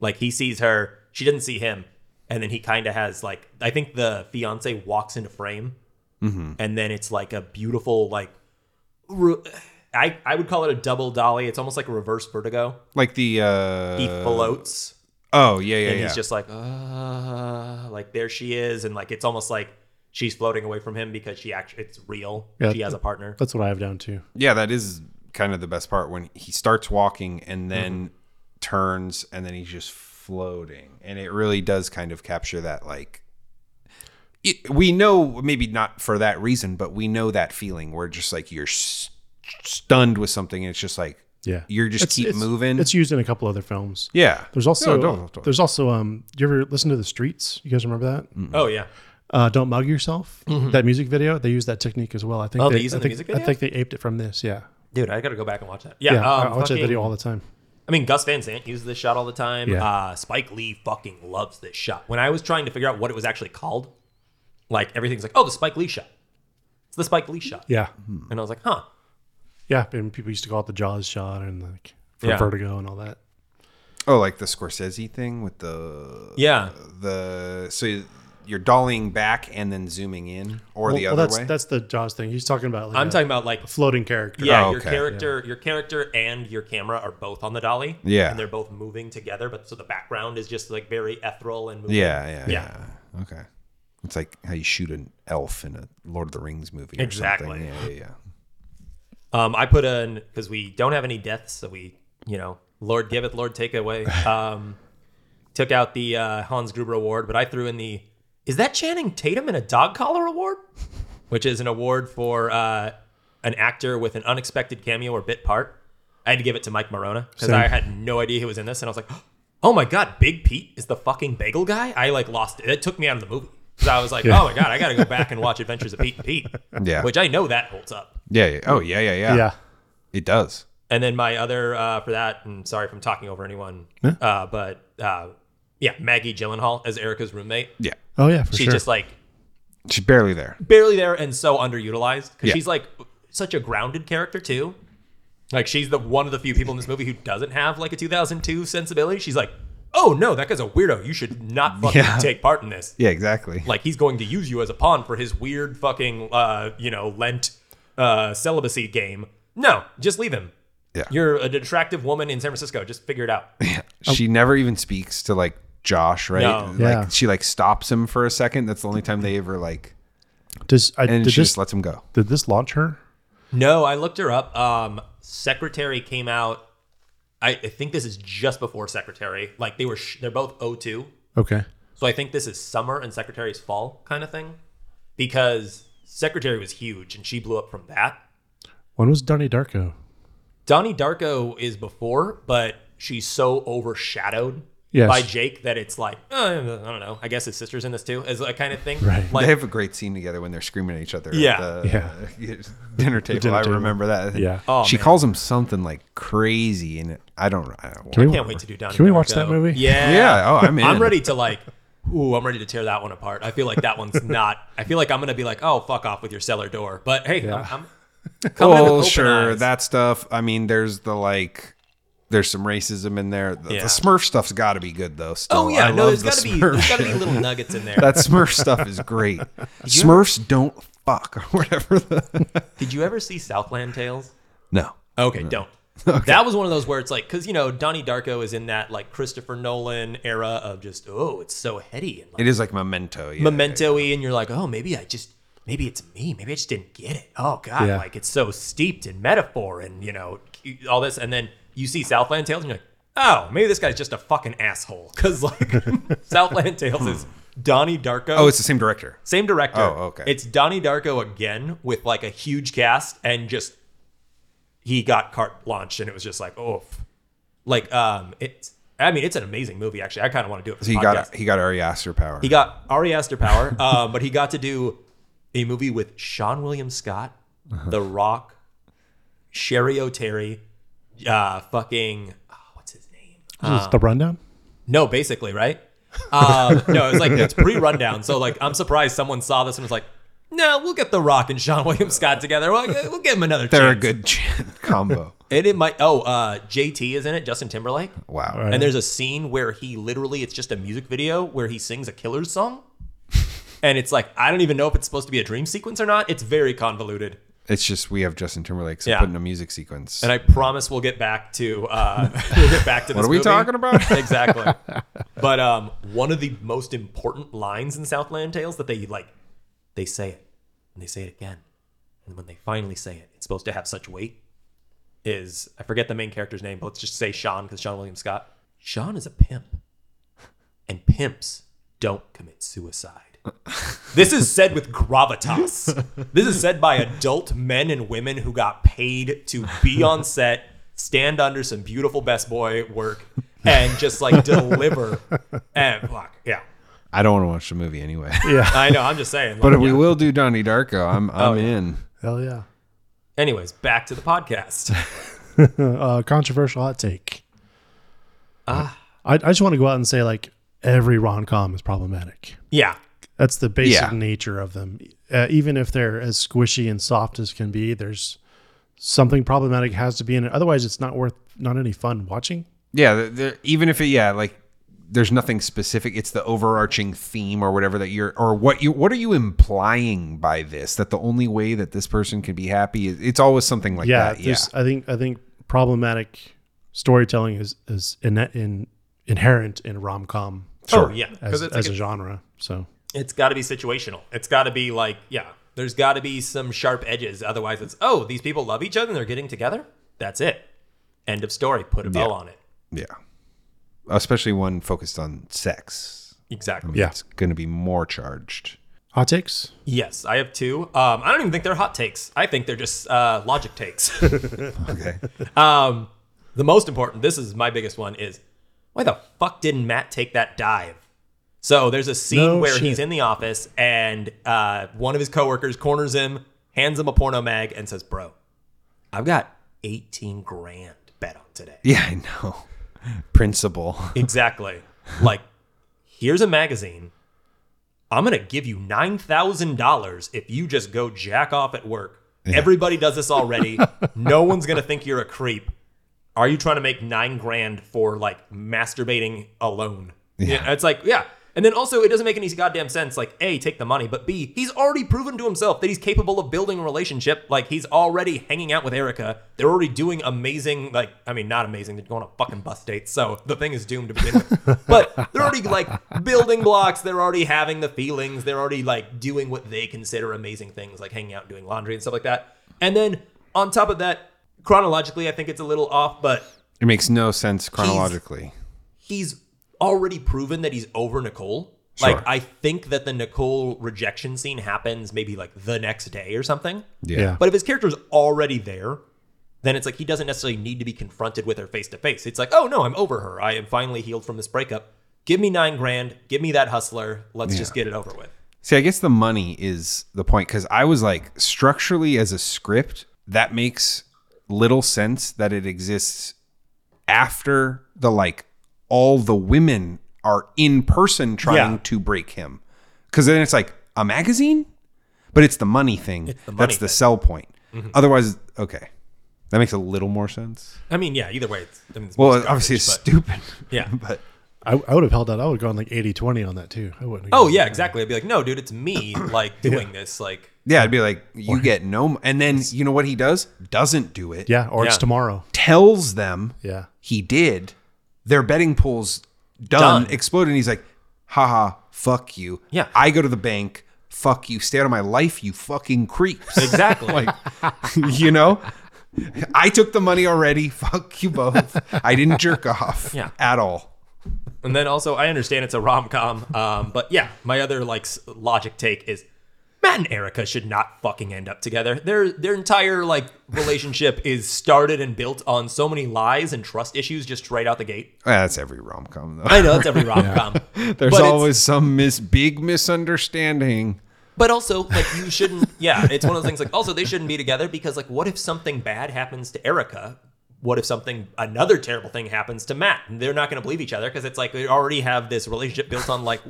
Speaker 1: Like he sees her, she doesn't see him, and then he kind of has like I think the fiance walks into frame,
Speaker 3: Mm-hmm.
Speaker 1: and then it's like a beautiful like, re- I I would call it a double dolly. It's almost like a reverse vertigo.
Speaker 3: Like the uh
Speaker 1: He floats,
Speaker 3: Oh yeah, yeah,
Speaker 1: and
Speaker 3: yeah.
Speaker 1: he's just like, uh, like there she is, and like it's almost like she's floating away from him because she actually it's real.
Speaker 2: Yeah.
Speaker 1: she has a partner.
Speaker 2: That's what I have down too.
Speaker 3: yeah, that is kind of the best part when he starts walking
Speaker 2: Mm-hmm.
Speaker 3: and then turns and then he's just floating, and it really does kind of capture that like. It, we know maybe not for that reason, but we know that feeling where just like you're st- stunned with something, and it's just like
Speaker 2: Yeah.
Speaker 3: you're just
Speaker 2: It's-
Speaker 3: keep
Speaker 2: it's-
Speaker 3: moving.
Speaker 2: It's used in a couple other films.
Speaker 3: yeah,
Speaker 2: There's also
Speaker 3: No, don't- don't.
Speaker 2: there's also um you ever listen to the streets? You guys remember that?
Speaker 1: Oh yeah,
Speaker 2: Uh, Don't mug yourself. That music video they use that technique as well. I think
Speaker 1: Mm-hmm. Oh, they use it
Speaker 2: I
Speaker 1: in the
Speaker 2: think-
Speaker 1: music video?
Speaker 2: I think they aped it from this. Yeah,
Speaker 1: dude, I gotta go back and watch that. Yeah,
Speaker 2: yeah.
Speaker 1: um,
Speaker 2: I watch that
Speaker 1: fucking-
Speaker 2: video all the time.
Speaker 1: I mean, Gus Van Sant uses this shot all the time.
Speaker 2: Yeah.
Speaker 1: Uh, Spike Lee fucking loves this shot. When I was trying to figure out what it was actually called, like everything's like, oh, the Spike Lee shot. It's the Spike Lee shot.
Speaker 2: Yeah,
Speaker 1: And I was like, huh.
Speaker 2: Hmm. yeah. And people used to call it the Jaws shot and like for
Speaker 1: Yeah.
Speaker 2: Vertigo and all that.
Speaker 3: Oh, like the Scorsese thing with the
Speaker 1: Yeah.
Speaker 3: the so you're dollying back and then zooming in, or the
Speaker 2: Well, well,
Speaker 3: other
Speaker 2: that's
Speaker 3: way.
Speaker 2: that's the Jaws thing. He's talking about. Like uh,
Speaker 1: I'm
Speaker 2: a
Speaker 1: talking about like,
Speaker 2: floating character.
Speaker 1: yeah,
Speaker 3: Oh,
Speaker 1: your
Speaker 3: okay.
Speaker 1: character, your character and your camera are both on the dolly.
Speaker 3: Yeah.
Speaker 1: And they're both moving together, but so the background is just like very ethereal and moving.
Speaker 3: Yeah,
Speaker 1: Yeah.
Speaker 3: yeah, yeah, Okay. It's like how you shoot an elf in a Lord of the Rings movie. Or
Speaker 1: Exactly.
Speaker 3: something. Yeah, yeah, yeah.
Speaker 1: Um, I put in because we don't have any deaths, so we, you know, Lord giveth, Lord take away. Um, took out the uh, Hans Gruber Award, but I threw in the is that Channing Tatum in a dog collar award, which is an award for uh, an actor with an unexpected cameo or bit part. I had to give it to Mike Morona because
Speaker 2: Same.
Speaker 1: I had no idea he was in this, and I was like, oh my god, Big Pete is the fucking bagel guy. I like lost it. It took me out of the movie. 'Cause I was like, oh my god, I gotta go back and watch Adventures of Pete and Pete.
Speaker 3: Yeah.
Speaker 1: Which I know that holds up.
Speaker 3: Yeah, yeah. Oh, yeah, yeah, yeah.
Speaker 2: Yeah.
Speaker 3: It does.
Speaker 1: And then my other uh, for that, and sorry if I'm talking over anyone, uh, but uh, yeah, Maggie Gyllenhaal as Erica's roommate.
Speaker 3: Yeah.
Speaker 2: Oh yeah, for
Speaker 1: She's
Speaker 2: sure.
Speaker 1: just like
Speaker 3: She's barely there.
Speaker 1: barely there and so underutilized because
Speaker 3: Yeah.
Speaker 1: she's like such a grounded character too. Like she's the one of the few people in this movie who doesn't have like a 2002 sensibility. She's like, oh no, that guy's a weirdo. You should not fucking
Speaker 3: Yeah.
Speaker 1: take part in this.
Speaker 3: Yeah, exactly.
Speaker 1: Like he's going to use you as a pawn for his weird fucking uh, you know Lent uh, celibacy game. No, just leave him.
Speaker 3: Yeah.
Speaker 1: You're an attractive woman in San Francisco. Just figure it out.
Speaker 3: she never even speaks to like Josh, right?
Speaker 1: No.
Speaker 3: Like
Speaker 2: Yeah.
Speaker 3: she like stops him for a second. That's the only time they ever like
Speaker 2: Does I,
Speaker 3: and
Speaker 2: did
Speaker 3: she
Speaker 2: this
Speaker 3: just lets him go.
Speaker 2: did this launch her?
Speaker 1: No, I looked her up. Um, Secretary came out. I, I think this is just before Secretary. Like they were, sh- they're both O2.
Speaker 2: Okay.
Speaker 1: So I think this is summer and Secretary's fall kind of thing, because Secretary was huge and she blew up from that.
Speaker 2: When was Donnie Darko?
Speaker 1: Donnie Darko is before, but she's so overshadowed
Speaker 2: Yes.
Speaker 1: by Jake that it's like "Oh, I don't know. I guess his sister's in this too, is a kind of thing.
Speaker 2: Right.
Speaker 1: Like,
Speaker 3: they have a great scene together when they're screaming at each other.
Speaker 1: Yeah.
Speaker 3: at the,
Speaker 2: Yeah.
Speaker 3: dinner table.
Speaker 2: dinner
Speaker 3: I
Speaker 2: table.
Speaker 3: remember that.
Speaker 2: Yeah.
Speaker 1: Oh,
Speaker 3: she
Speaker 1: man.
Speaker 3: calls him something like crazy, and I don't. I don't
Speaker 2: Can we-
Speaker 1: can't wait to do Donnie.
Speaker 2: Can we watch
Speaker 1: Darko.
Speaker 2: that movie?
Speaker 1: Yeah.
Speaker 3: Yeah, oh, I'm in.
Speaker 1: I'm ready to like. Ooh, I'm ready to tear that one apart. I feel like that one's not. I feel like I'm gonna be like, oh, fuck off with your cellar door. But hey, I'm, I'm coming in with
Speaker 3: Oh,
Speaker 1: open
Speaker 3: sure,
Speaker 1: eyes.
Speaker 3: that stuff. I mean, there's the like, there's some racism in there. The,
Speaker 1: Yeah.
Speaker 3: the Smurf stuff's got to be good though. Still.
Speaker 1: Oh yeah,
Speaker 3: I
Speaker 1: no, there's
Speaker 3: love the
Speaker 1: gotta be
Speaker 3: Smurf.
Speaker 1: there's gotta be little nuggets in there.
Speaker 3: that Smurf stuff is great. Smurfs don't fuck or whatever. The,
Speaker 1: Did you ever see Southland Tales?
Speaker 3: no.
Speaker 1: Okay, don't. That was one of those where it's like, because you know, Donnie Darko is in that like Christopher Nolan era of just oh, it's so heady and like,
Speaker 3: It is like memento. Yeah.
Speaker 1: memento-y, and you're like, oh, maybe I just, maybe it's me, maybe I just didn't get it. Oh God,
Speaker 2: Yeah.
Speaker 1: like it's so steeped in metaphor and you know all this, and then you see Southland Tales, and you're like, oh, maybe this guy's just a fucking asshole, because like Southland Tales is Donnie Darko.
Speaker 3: Oh, it's the same director.
Speaker 1: Same director.
Speaker 3: Oh, okay.
Speaker 1: It's Donnie Darko again with like a huge cast and just he got carte blanche and it was just like, oh, like um, it's. I mean, it's an amazing movie. Actually, I kind of want to do it. For
Speaker 3: So
Speaker 1: the
Speaker 3: he
Speaker 1: podcast.
Speaker 3: got he got Ari Aster power.
Speaker 1: He got Ari Aster power, um, but he got to do a movie with Sean William Scott,
Speaker 3: Uh-huh.
Speaker 1: The Rock, Sherry O'Terry, uh, fucking oh, what's his name?
Speaker 2: Is this the rundown?
Speaker 1: No, basically, right? Um, no, it's like it's pre-rundown. So like, I'm surprised someone saw this and was like, "No, we'll get The Rock and Sean William Scott together. We'll, we'll give him another chance."
Speaker 3: They're a good ch- combo.
Speaker 1: And it might. Oh, uh, JT is in it. Justin Timberlake.
Speaker 3: Wow.
Speaker 1: And there's a scene where he literally, it's just a music video where he sings a killer's song. And it's like, I don't even know if it's supposed to be a dream sequence or not. It's very convoluted.
Speaker 3: It's just we have Justin Timberlake, so
Speaker 1: Yeah.
Speaker 3: put in a music sequence.
Speaker 1: And I promise we'll get back to uh, we'll get back to this.
Speaker 3: What are we
Speaker 1: movie.
Speaker 3: talking about?
Speaker 1: exactly. But um, one of the most important lines in Southland Tales that they like, they say it and they say it again, and when they finally say it, it's supposed to have such weight. Is I forget the main character's name, but let's just say Sean because Sean William Scott. Sean is a pimp, and pimps don't commit suicide. This is said with gravitas. This is said by adult men and women who got paid to be on set, stand under some beautiful best boy work, and just like deliver. And fuck, yeah.
Speaker 3: I don't want to watch the movie anyway.
Speaker 1: I know, I'm just saying. like,
Speaker 3: but if we
Speaker 1: yeah. Oh,
Speaker 3: will do Donnie Darko, I'm I'm in.
Speaker 2: Hell yeah.
Speaker 1: Anyways, back to the podcast.
Speaker 2: uh, controversial hot take.
Speaker 1: Ah.
Speaker 2: I, I just want to go out and say like every rom com is problematic.
Speaker 1: Yeah.
Speaker 2: That's the basic
Speaker 3: Yeah.
Speaker 2: nature of them. Uh, even if they're as squishy and soft as can be, there's something problematic has to be in it. Otherwise, it's not worth not any fun watching.
Speaker 3: Yeah, there- there- even if it, yeah, like there's nothing specific. It's the overarching theme or whatever that you're or what you what are you implying by this? That the only way that this person can be happy is it's always something like
Speaker 2: yeah,
Speaker 3: that. Yeah,
Speaker 2: there's I think I think problematic storytelling is is in, in inherent in rom com
Speaker 1: Oh, yeah. Because
Speaker 2: as,
Speaker 1: it's,
Speaker 2: as
Speaker 1: like
Speaker 2: a genre. So
Speaker 1: a- it's got to be situational. It's got to be like, yeah, there's got to be some sharp edges. Otherwise, it's, oh, these people love each other and they're getting together. That's it. End of story. Put a bell on it.
Speaker 3: yeah. Especially one focused on sex.
Speaker 1: Exactly.
Speaker 2: Yeah.
Speaker 3: It's going to be more charged.
Speaker 2: hot takes.
Speaker 1: Yes, I have two. Um, I don't even think they're hot takes. I think they're just uh, logic takes.
Speaker 3: Okay.
Speaker 1: um, the most important, this is my biggest one, is why the fuck didn't Matt take that dive? So there's a scene
Speaker 2: No
Speaker 1: where
Speaker 2: shit.
Speaker 1: he's in the office and uh, one of his coworkers corners him, hands him a porno mag, and says, "Bro, I've got 18 grand bet on today."
Speaker 3: Yeah, I know. Principle.
Speaker 1: Exactly. like, here's a magazine. I'm gonna give you nine thousand dollars if you just go jack off at work. Everybody does this already. no one's gonna think you're a creep. Are you trying to make nine grand for like masturbating alone? Yeah. It's like, yeah. And then also, it doesn't make any goddamn sense. Like, A, take the money, but B, he's already proven to himself that he's capable of building a relationship. Like, he's already hanging out with Erica. They're already doing amazing, like, I mean, not amazing. They're going on fucking bus dates. So the thing is doomed to begin with. but they're already, like, building blocks. They're already having the feelings. They're already, like, doing what they consider amazing things, like hanging out and doing laundry and stuff like that. And then on top of that, chronologically, I think it's a little off, but
Speaker 3: It makes no sense chronologically.
Speaker 1: he's already proven that he's over Nicole. Like I think that the Nicole rejection scene happens maybe like the next day or something.
Speaker 2: Yeah.
Speaker 1: But if his character's already there, then it's like he doesn't necessarily need to be confronted with her face to face. It's like, oh no, I'm over her. I am finally healed from this breakup. Give me nine grand. Give me that hustler. Let's just get it over with.
Speaker 3: See, I guess the money is the point because I was like, structurally as a script, that makes little sense that it exists after the like all the women are in person trying
Speaker 2: Yeah.
Speaker 3: to break him. Because then it's like a magazine, but it's the money thing.
Speaker 1: the money
Speaker 3: That's the
Speaker 1: thing. Mm-hmm.
Speaker 3: sell point. Otherwise, okay, that makes a little more sense.
Speaker 1: I mean, yeah. Either way, it's, I mean, it's
Speaker 3: Well,
Speaker 1: most
Speaker 3: obviously, it's
Speaker 1: garbage, but-
Speaker 3: stupid.
Speaker 1: Yeah.
Speaker 3: but
Speaker 2: I, I would have held out. I would have gone like 80 20 on that too. I wouldn't. have
Speaker 1: Oh
Speaker 2: gone-
Speaker 1: yeah, exactly. I'd be like, no, dude, it's me like doing this. Like,
Speaker 3: yeah, I'd be like, you get no. And then you know what he does? Doesn't do it.
Speaker 2: Yeah. Or
Speaker 1: Yeah.
Speaker 2: it's tomorrow.
Speaker 3: tells them
Speaker 2: Yeah.
Speaker 3: he did. Their betting pool's done,
Speaker 1: Done.
Speaker 3: exploded. And he's like, haha, fuck you.
Speaker 1: Yeah.
Speaker 3: I go to the bank. Fuck you. Stay out of my life, you fucking creeps.
Speaker 1: Exactly.
Speaker 3: like, you know? I took the money already. Fuck you both. I didn't jerk off
Speaker 1: Yeah.
Speaker 3: at all.
Speaker 1: and then also I understand it's a rom com, um, but yeah, my other like s- logic take is Matt and Erica should not fucking end up together. Their their entire like relationship is started and built on so many lies and trust issues just straight out the gate.
Speaker 3: Ah, That's every rom com, though.
Speaker 1: I know it's every rom com.
Speaker 3: There's
Speaker 1: but it's-
Speaker 3: always some mis- big misunderstanding.
Speaker 1: But also, like, you shouldn't. Yeah, it's one of those things. Like, also, they shouldn't be together because, like, what if something bad happens to Erica? What if something another terrible thing happens to Matt? And they're not going to believe each other because it's like they already have this relationship built on like,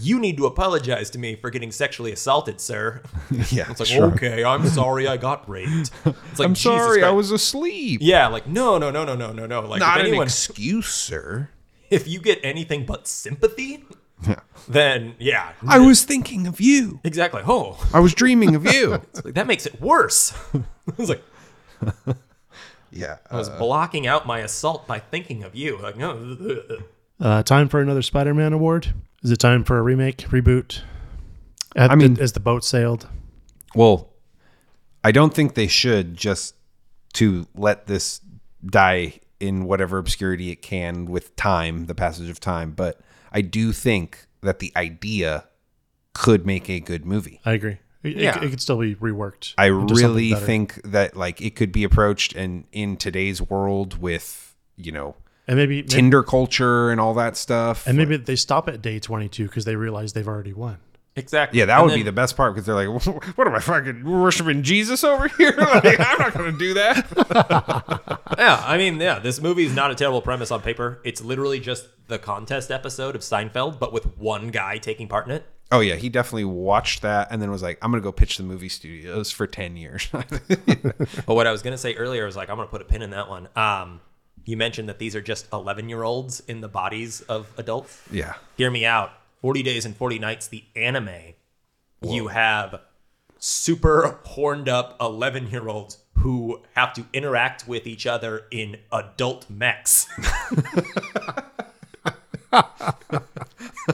Speaker 1: you need to apologize to me for getting sexually assaulted, sir.
Speaker 3: Yeah.
Speaker 1: It's like,
Speaker 3: sure.
Speaker 1: okay, I'm sorry, I got raped. It's like,
Speaker 3: "Oh, I'm
Speaker 1: Jesus
Speaker 3: sorry. I
Speaker 1: Christ.
Speaker 3: was asleep.
Speaker 1: Yeah, like no, no, no, no, no, no, no. Like
Speaker 3: Not
Speaker 1: if anyone,
Speaker 3: an excuse, sir.
Speaker 1: if you get anything but sympathy, then yeah,
Speaker 3: I was thinking of you.
Speaker 1: exactly. Oh,
Speaker 3: I was dreaming of you.
Speaker 1: Like, that makes it worse. I was like,
Speaker 3: yeah.
Speaker 1: I was blocking out my assault by thinking of you. Like, no,
Speaker 2: Uh, time for another Spider Man award. Is it time for a remake, reboot? At
Speaker 3: I
Speaker 2: the-
Speaker 3: mean-
Speaker 2: as the boat sailed.
Speaker 3: Well, I don't think they should just to let this die in whatever obscurity it can with time, the passage of time. But I do think that the idea could make a good movie.
Speaker 2: I agree. It, it-
Speaker 1: Yeah.
Speaker 2: it, could still be reworked.
Speaker 3: I
Speaker 2: into something
Speaker 3: really
Speaker 2: better.
Speaker 3: think that like it could be approached and in today's world with, you know,
Speaker 2: And maybe, maybe
Speaker 3: Tinder culture and all that stuff.
Speaker 2: and maybe they stop at day 22 because they realize they've already won.
Speaker 1: exactly.
Speaker 3: Yeah, that
Speaker 1: And
Speaker 3: would
Speaker 1: then-
Speaker 3: be the best part because they're like, "What am I fucking worshiping Jesus over here? Like, I'm not going to do that."
Speaker 1: Yeah, I mean, yeah, this movie is not a terrible premise on paper. It's literally just the contest episode of Seinfeld, but with one guy taking part in it.
Speaker 3: oh yeah, he definitely watched that and then was like, "I'm going to go pitch the movie studios for ten years."
Speaker 1: But what I was gonna say earlier was like, I'm gonna put a pin in that one. Um, you mentioned that these are just 11 year olds in the bodies of adults.
Speaker 3: yeah,
Speaker 1: hear me out 40 days and 40 nights the anime you have super horned up 11 year olds who have to interact with each other in adult mechs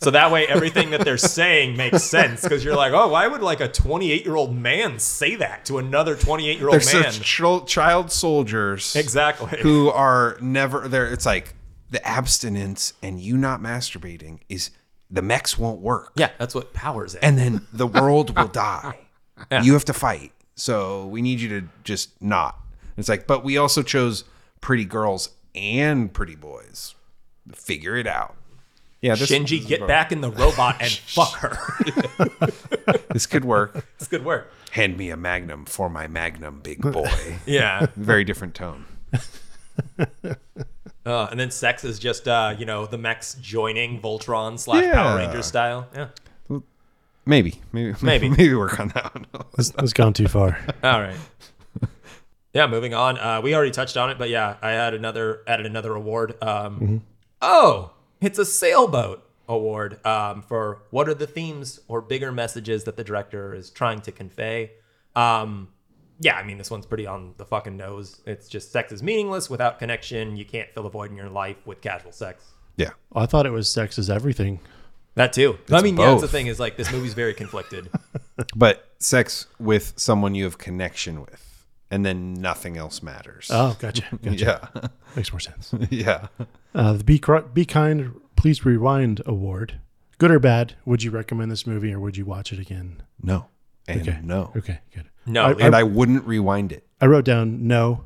Speaker 1: so that way everything that they're saying makes sense because you're like oh why would like a 28 year old man say that to another 28 year
Speaker 3: they're
Speaker 1: old man
Speaker 3: such tro- child soldiers
Speaker 1: exactly
Speaker 3: who are never there. It's like the abstinence and you not masturbating is the mechs won't work,
Speaker 1: yeah that's what powers it
Speaker 3: and then the world will die.
Speaker 1: Yeah.
Speaker 3: You have to fight, so we need you to just not. It's like, but we also chose pretty girls and pretty boys. Figure it out. Yeah, this,
Speaker 1: shinji get back in the robot and fuck her
Speaker 3: this could work.
Speaker 1: it's good work
Speaker 3: Hand me a magnum for my magnum, big boy.
Speaker 1: yeah
Speaker 3: Very different tone.
Speaker 1: Uh, and then sex is just uh, you know the mechs joining Voltron slash
Speaker 3: Yeah.
Speaker 1: Power Ranger style. Yeah.
Speaker 3: Maybe, maybe,
Speaker 1: Maybe.
Speaker 3: maybe work on that one.
Speaker 2: It's, it's gone too far.
Speaker 1: All right. yeah. Moving on. Uh, we already touched on it, but yeah, I had another added another award. Um, Oh, it's a sailboat award um, for what are the themes or bigger messages that the director is trying to convey. Um, yeah, I mean this one's pretty on the fucking nose. It's just sex is meaningless without connection. You can't fill a void in your life with casual sex.
Speaker 3: yeah,
Speaker 2: I thought it was sex is everything.
Speaker 1: That too. I mean, yeah, that's the
Speaker 3: both.
Speaker 1: thing is like this movie's very conflicted.
Speaker 3: but sex with someone you have connection with, and then nothing else matters.
Speaker 2: Oh, gotcha. gotcha.
Speaker 3: yeah,
Speaker 2: Makes more sense.
Speaker 3: yeah.
Speaker 2: Uh, the Be, Cri- Be Kind, Please Rewind Award. Good or bad, would you recommend this movie or would you watch it again?
Speaker 3: No, and
Speaker 2: Okay.
Speaker 3: no.
Speaker 2: Okay, good.
Speaker 1: No,
Speaker 2: I-
Speaker 1: it-
Speaker 3: And I wouldn't rewind it.
Speaker 2: I wrote down no,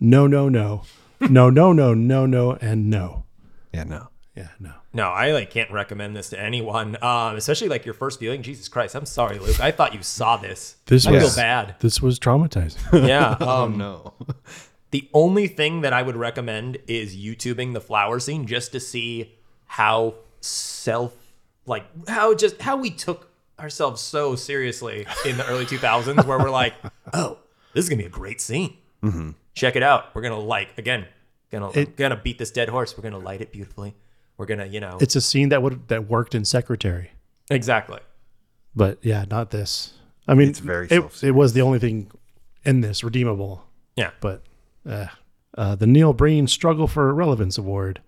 Speaker 2: no, no, no, no, no, no, no, no, and no.
Speaker 3: Yeah, no.
Speaker 2: Yeah, no.
Speaker 1: No, I like can't recommend this to anyone, um, especially like your first viewing. Jesus Christ, I'm sorry, Luke. I thought you saw this.
Speaker 2: This
Speaker 1: I
Speaker 2: was-
Speaker 1: feel bad.
Speaker 2: This was traumatizing.
Speaker 1: Yeah. Um,
Speaker 3: Oh, No.
Speaker 1: The only thing that I would recommend is YouTubing the flower scene just to see how self, like how just how we took ourselves so seriously in the early 2000s, where we're like, oh, this is gonna be a great scene. Check it out. We're gonna like again, gonna gonna beat this dead horse. We're gonna light it beautifully. We're gonna, you know,
Speaker 2: it's a scene that would that worked in Secretary,
Speaker 1: exactly.
Speaker 2: but yeah, not this. I mean,
Speaker 3: It's very
Speaker 2: it, it
Speaker 3: self-serious.
Speaker 2: was the only thing in this redeemable.
Speaker 1: Yeah.
Speaker 2: but uh, uh, the Neil Breen Struggle for Relevance Award.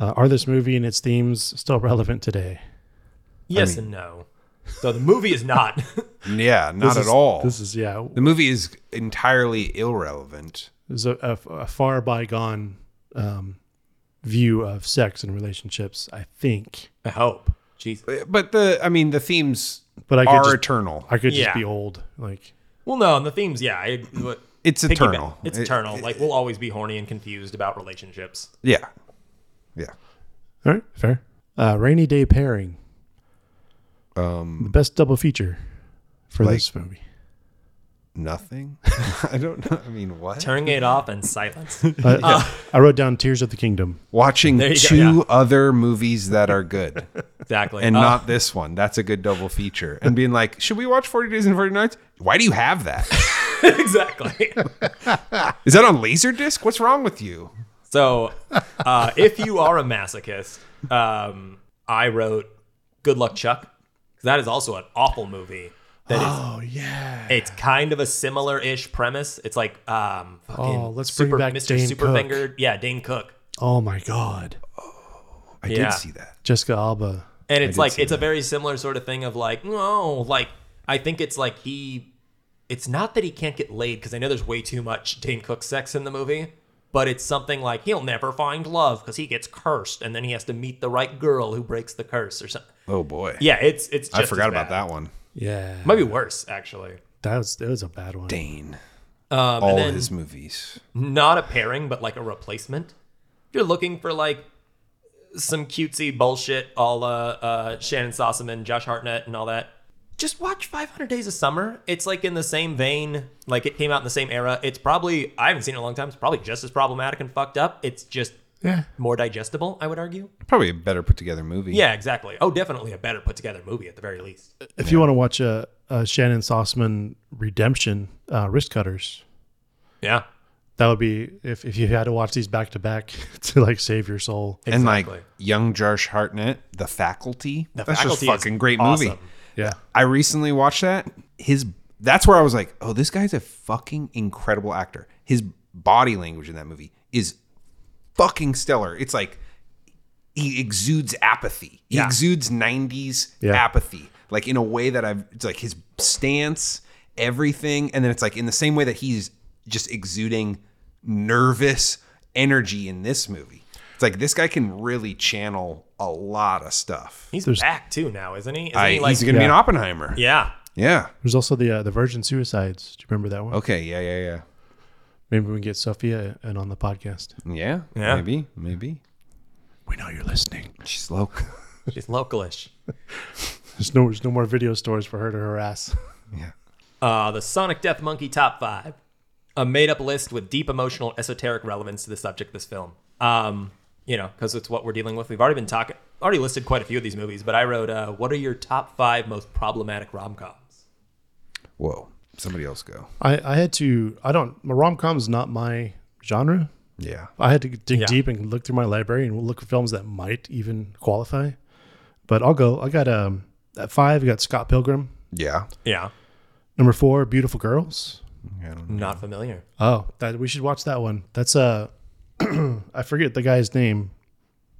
Speaker 2: Uh, are this movie and its themes still relevant today?
Speaker 1: Yes and no. So the movie is not.
Speaker 3: Yeah, not
Speaker 2: This
Speaker 3: at
Speaker 2: is-
Speaker 3: all.
Speaker 2: This is yeah,
Speaker 3: the movie is entirely irrelevant.
Speaker 2: is a, a- a far bygone um, view of sex and relationships. I think
Speaker 1: I hope. Jesus.
Speaker 3: But the I mean the themes
Speaker 2: But I could
Speaker 3: are
Speaker 2: just-
Speaker 3: eternal.
Speaker 2: I could just
Speaker 1: Yeah.
Speaker 2: be old. Like
Speaker 1: Well, no, and the themes, yeah. I, what,
Speaker 3: It's
Speaker 1: piggyback-
Speaker 3: eternal.
Speaker 1: It's
Speaker 3: It-
Speaker 1: eternal. like we'll always be horny and confused about relationships.
Speaker 3: yeah. Yeah.
Speaker 2: all right, fair. Uh, rainy day pairing. Um, the best double feature for
Speaker 3: like-
Speaker 2: this movie.
Speaker 3: Nothing. I don't know. I mean, what?
Speaker 1: Turning it off and silence.
Speaker 2: Uh, I wrote down Tears of the Kingdom.
Speaker 3: Watching
Speaker 1: There you go,
Speaker 3: two
Speaker 1: yeah.
Speaker 3: other movies that are good
Speaker 1: Exactly.
Speaker 3: and
Speaker 1: Uh,
Speaker 3: not this one. That's a good double feature. And being like, should we watch 40 Days and 40 Nights? Why do you have that?
Speaker 1: exactly.
Speaker 3: Is that on Laserdisc? What's wrong with you?
Speaker 1: So, uh, if you are a masochist, um, I wrote "Good Luck Chuck" 'cause that is also an awful movie. That is,
Speaker 2: Oh yeah.
Speaker 1: it's kind of a similar-ish premise. It's like um, fucking
Speaker 2: Oh, let's bring
Speaker 1: super,
Speaker 2: back
Speaker 1: Mr.
Speaker 2: Dane
Speaker 1: Superfinger. Yeah, Dane Cook.
Speaker 2: Oh my God.
Speaker 3: I
Speaker 1: Yeah.
Speaker 3: did see that.
Speaker 2: Jessica Alba.
Speaker 1: And it's like it's a very similar sort of thing of like, no, like I think it's like he it's not that he can't get laid because I know there's way too much Dane Cook sex in the movie, but it's something like he'll never find love because he gets cursed and then he has to meet the right girl who breaks the curse or something.
Speaker 3: Oh boy.
Speaker 1: Yeah, it's it's just
Speaker 3: I forgot
Speaker 1: as
Speaker 3: about
Speaker 1: bad.
Speaker 3: that one.
Speaker 2: Yeah.
Speaker 1: Might be worse actually.
Speaker 2: That was that was a bad one.
Speaker 3: Dane.
Speaker 1: Um,
Speaker 3: All
Speaker 1: and then
Speaker 3: his movies.
Speaker 1: not a pairing but like a replacement. You're looking for like some cutesy bullshit, all uh, uh, Shannon Sossaman, Josh Hartnett, and all that. Just watch 500 Days of Summer. It's like in the same vein. Like it came out in the same era. It's probably I haven't seen it in a long time. It's probably just as problematic and fucked up. It's just
Speaker 2: Yeah.
Speaker 1: more digestible, I would argue.
Speaker 3: Probably a better put together movie.
Speaker 1: Yeah, exactly. Oh, definitely a better put together movie at the very least.
Speaker 2: If you want to watch a, a Shannon Sossman redemption, uh, wrist cutters.
Speaker 1: Yeah,
Speaker 2: That would be if, if you had to watch these back to back to like save your soul.
Speaker 1: exactly.
Speaker 3: And like young Josh Hartnett, The Faculty.
Speaker 1: The
Speaker 3: that's
Speaker 1: Faculty is
Speaker 3: just fucking great movie.
Speaker 1: awesome.
Speaker 2: Yeah.
Speaker 3: I recently watched that. His that's where I was like, oh, this guy's a fucking incredible actor. His body language in that movie is fucking stellar. It's like he exudes apathy. He
Speaker 1: Yeah.
Speaker 3: exudes '90s
Speaker 2: Yeah.
Speaker 3: apathy, like in a way that I've. It's like his stance, everything, and then it's like in the same way that he's just exuding nervous energy in this movie. It's like this guy can really channel a lot of stuff.
Speaker 1: he's
Speaker 2: there's-
Speaker 1: back too now, isn't he? Isn't
Speaker 3: I,
Speaker 1: he like
Speaker 3: he's gonna be an
Speaker 2: Yeah.
Speaker 3: Oppenheimer.
Speaker 1: yeah.
Speaker 3: Yeah.
Speaker 2: There's also the uh, the Virgin Suicides. Do you remember that one?
Speaker 3: Okay. Yeah. Yeah.
Speaker 2: Maybe we can get Sophia and on the podcast.
Speaker 3: Yeah. Yeah.
Speaker 1: Yeah.
Speaker 3: Maybe. Maybe.
Speaker 2: We know you're listening.
Speaker 3: She's local.
Speaker 1: She's localish.
Speaker 2: There's no there's no more video stores for her to harass.
Speaker 3: yeah.
Speaker 1: Uh, the Sonic Death Monkey Top 5, a made up list with deep emotional, esoteric relevance to the subject of this film. Um, you know, because it's what we're dealing with. We've already been talking, already listed quite a few of these movies, but I wrote, uh, What are your top five most problematic rom coms?
Speaker 3: Whoa. Somebody else go.
Speaker 2: I, I had to I don't rom com's not my genre.
Speaker 3: Yeah.
Speaker 2: I had to dig
Speaker 1: Yeah.
Speaker 2: deep and look through my library and look for films that might even qualify. But I'll go. I got um at five, I got Scott Pilgrim.
Speaker 3: Yeah.
Speaker 1: Yeah.
Speaker 2: Number four, Beautiful Girls.
Speaker 1: Not familiar.
Speaker 2: Oh, that we should watch that one. That's uh I forget the guy's name,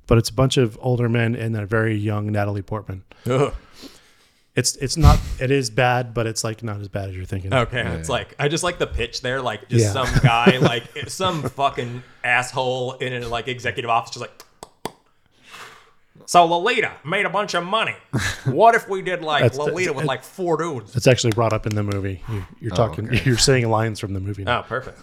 Speaker 2: but it's a bunch of older men and a very young Natalie Portman.
Speaker 1: Ugh.
Speaker 2: It's it's not it is bad, but it's like not as bad as you're thinking.
Speaker 1: Okay. It's like, I just like the pitch there. Like, just
Speaker 2: Yeah.
Speaker 1: some guy, like, some fucking asshole in a, like, executive office, just like, So Lolita made a bunch of money. What if we did like
Speaker 2: That's-
Speaker 1: Lolita with like four dudes?
Speaker 2: It's actually brought up in the movie. You, you're talking. You're saying lines from the movie. now.
Speaker 1: Oh, perfect.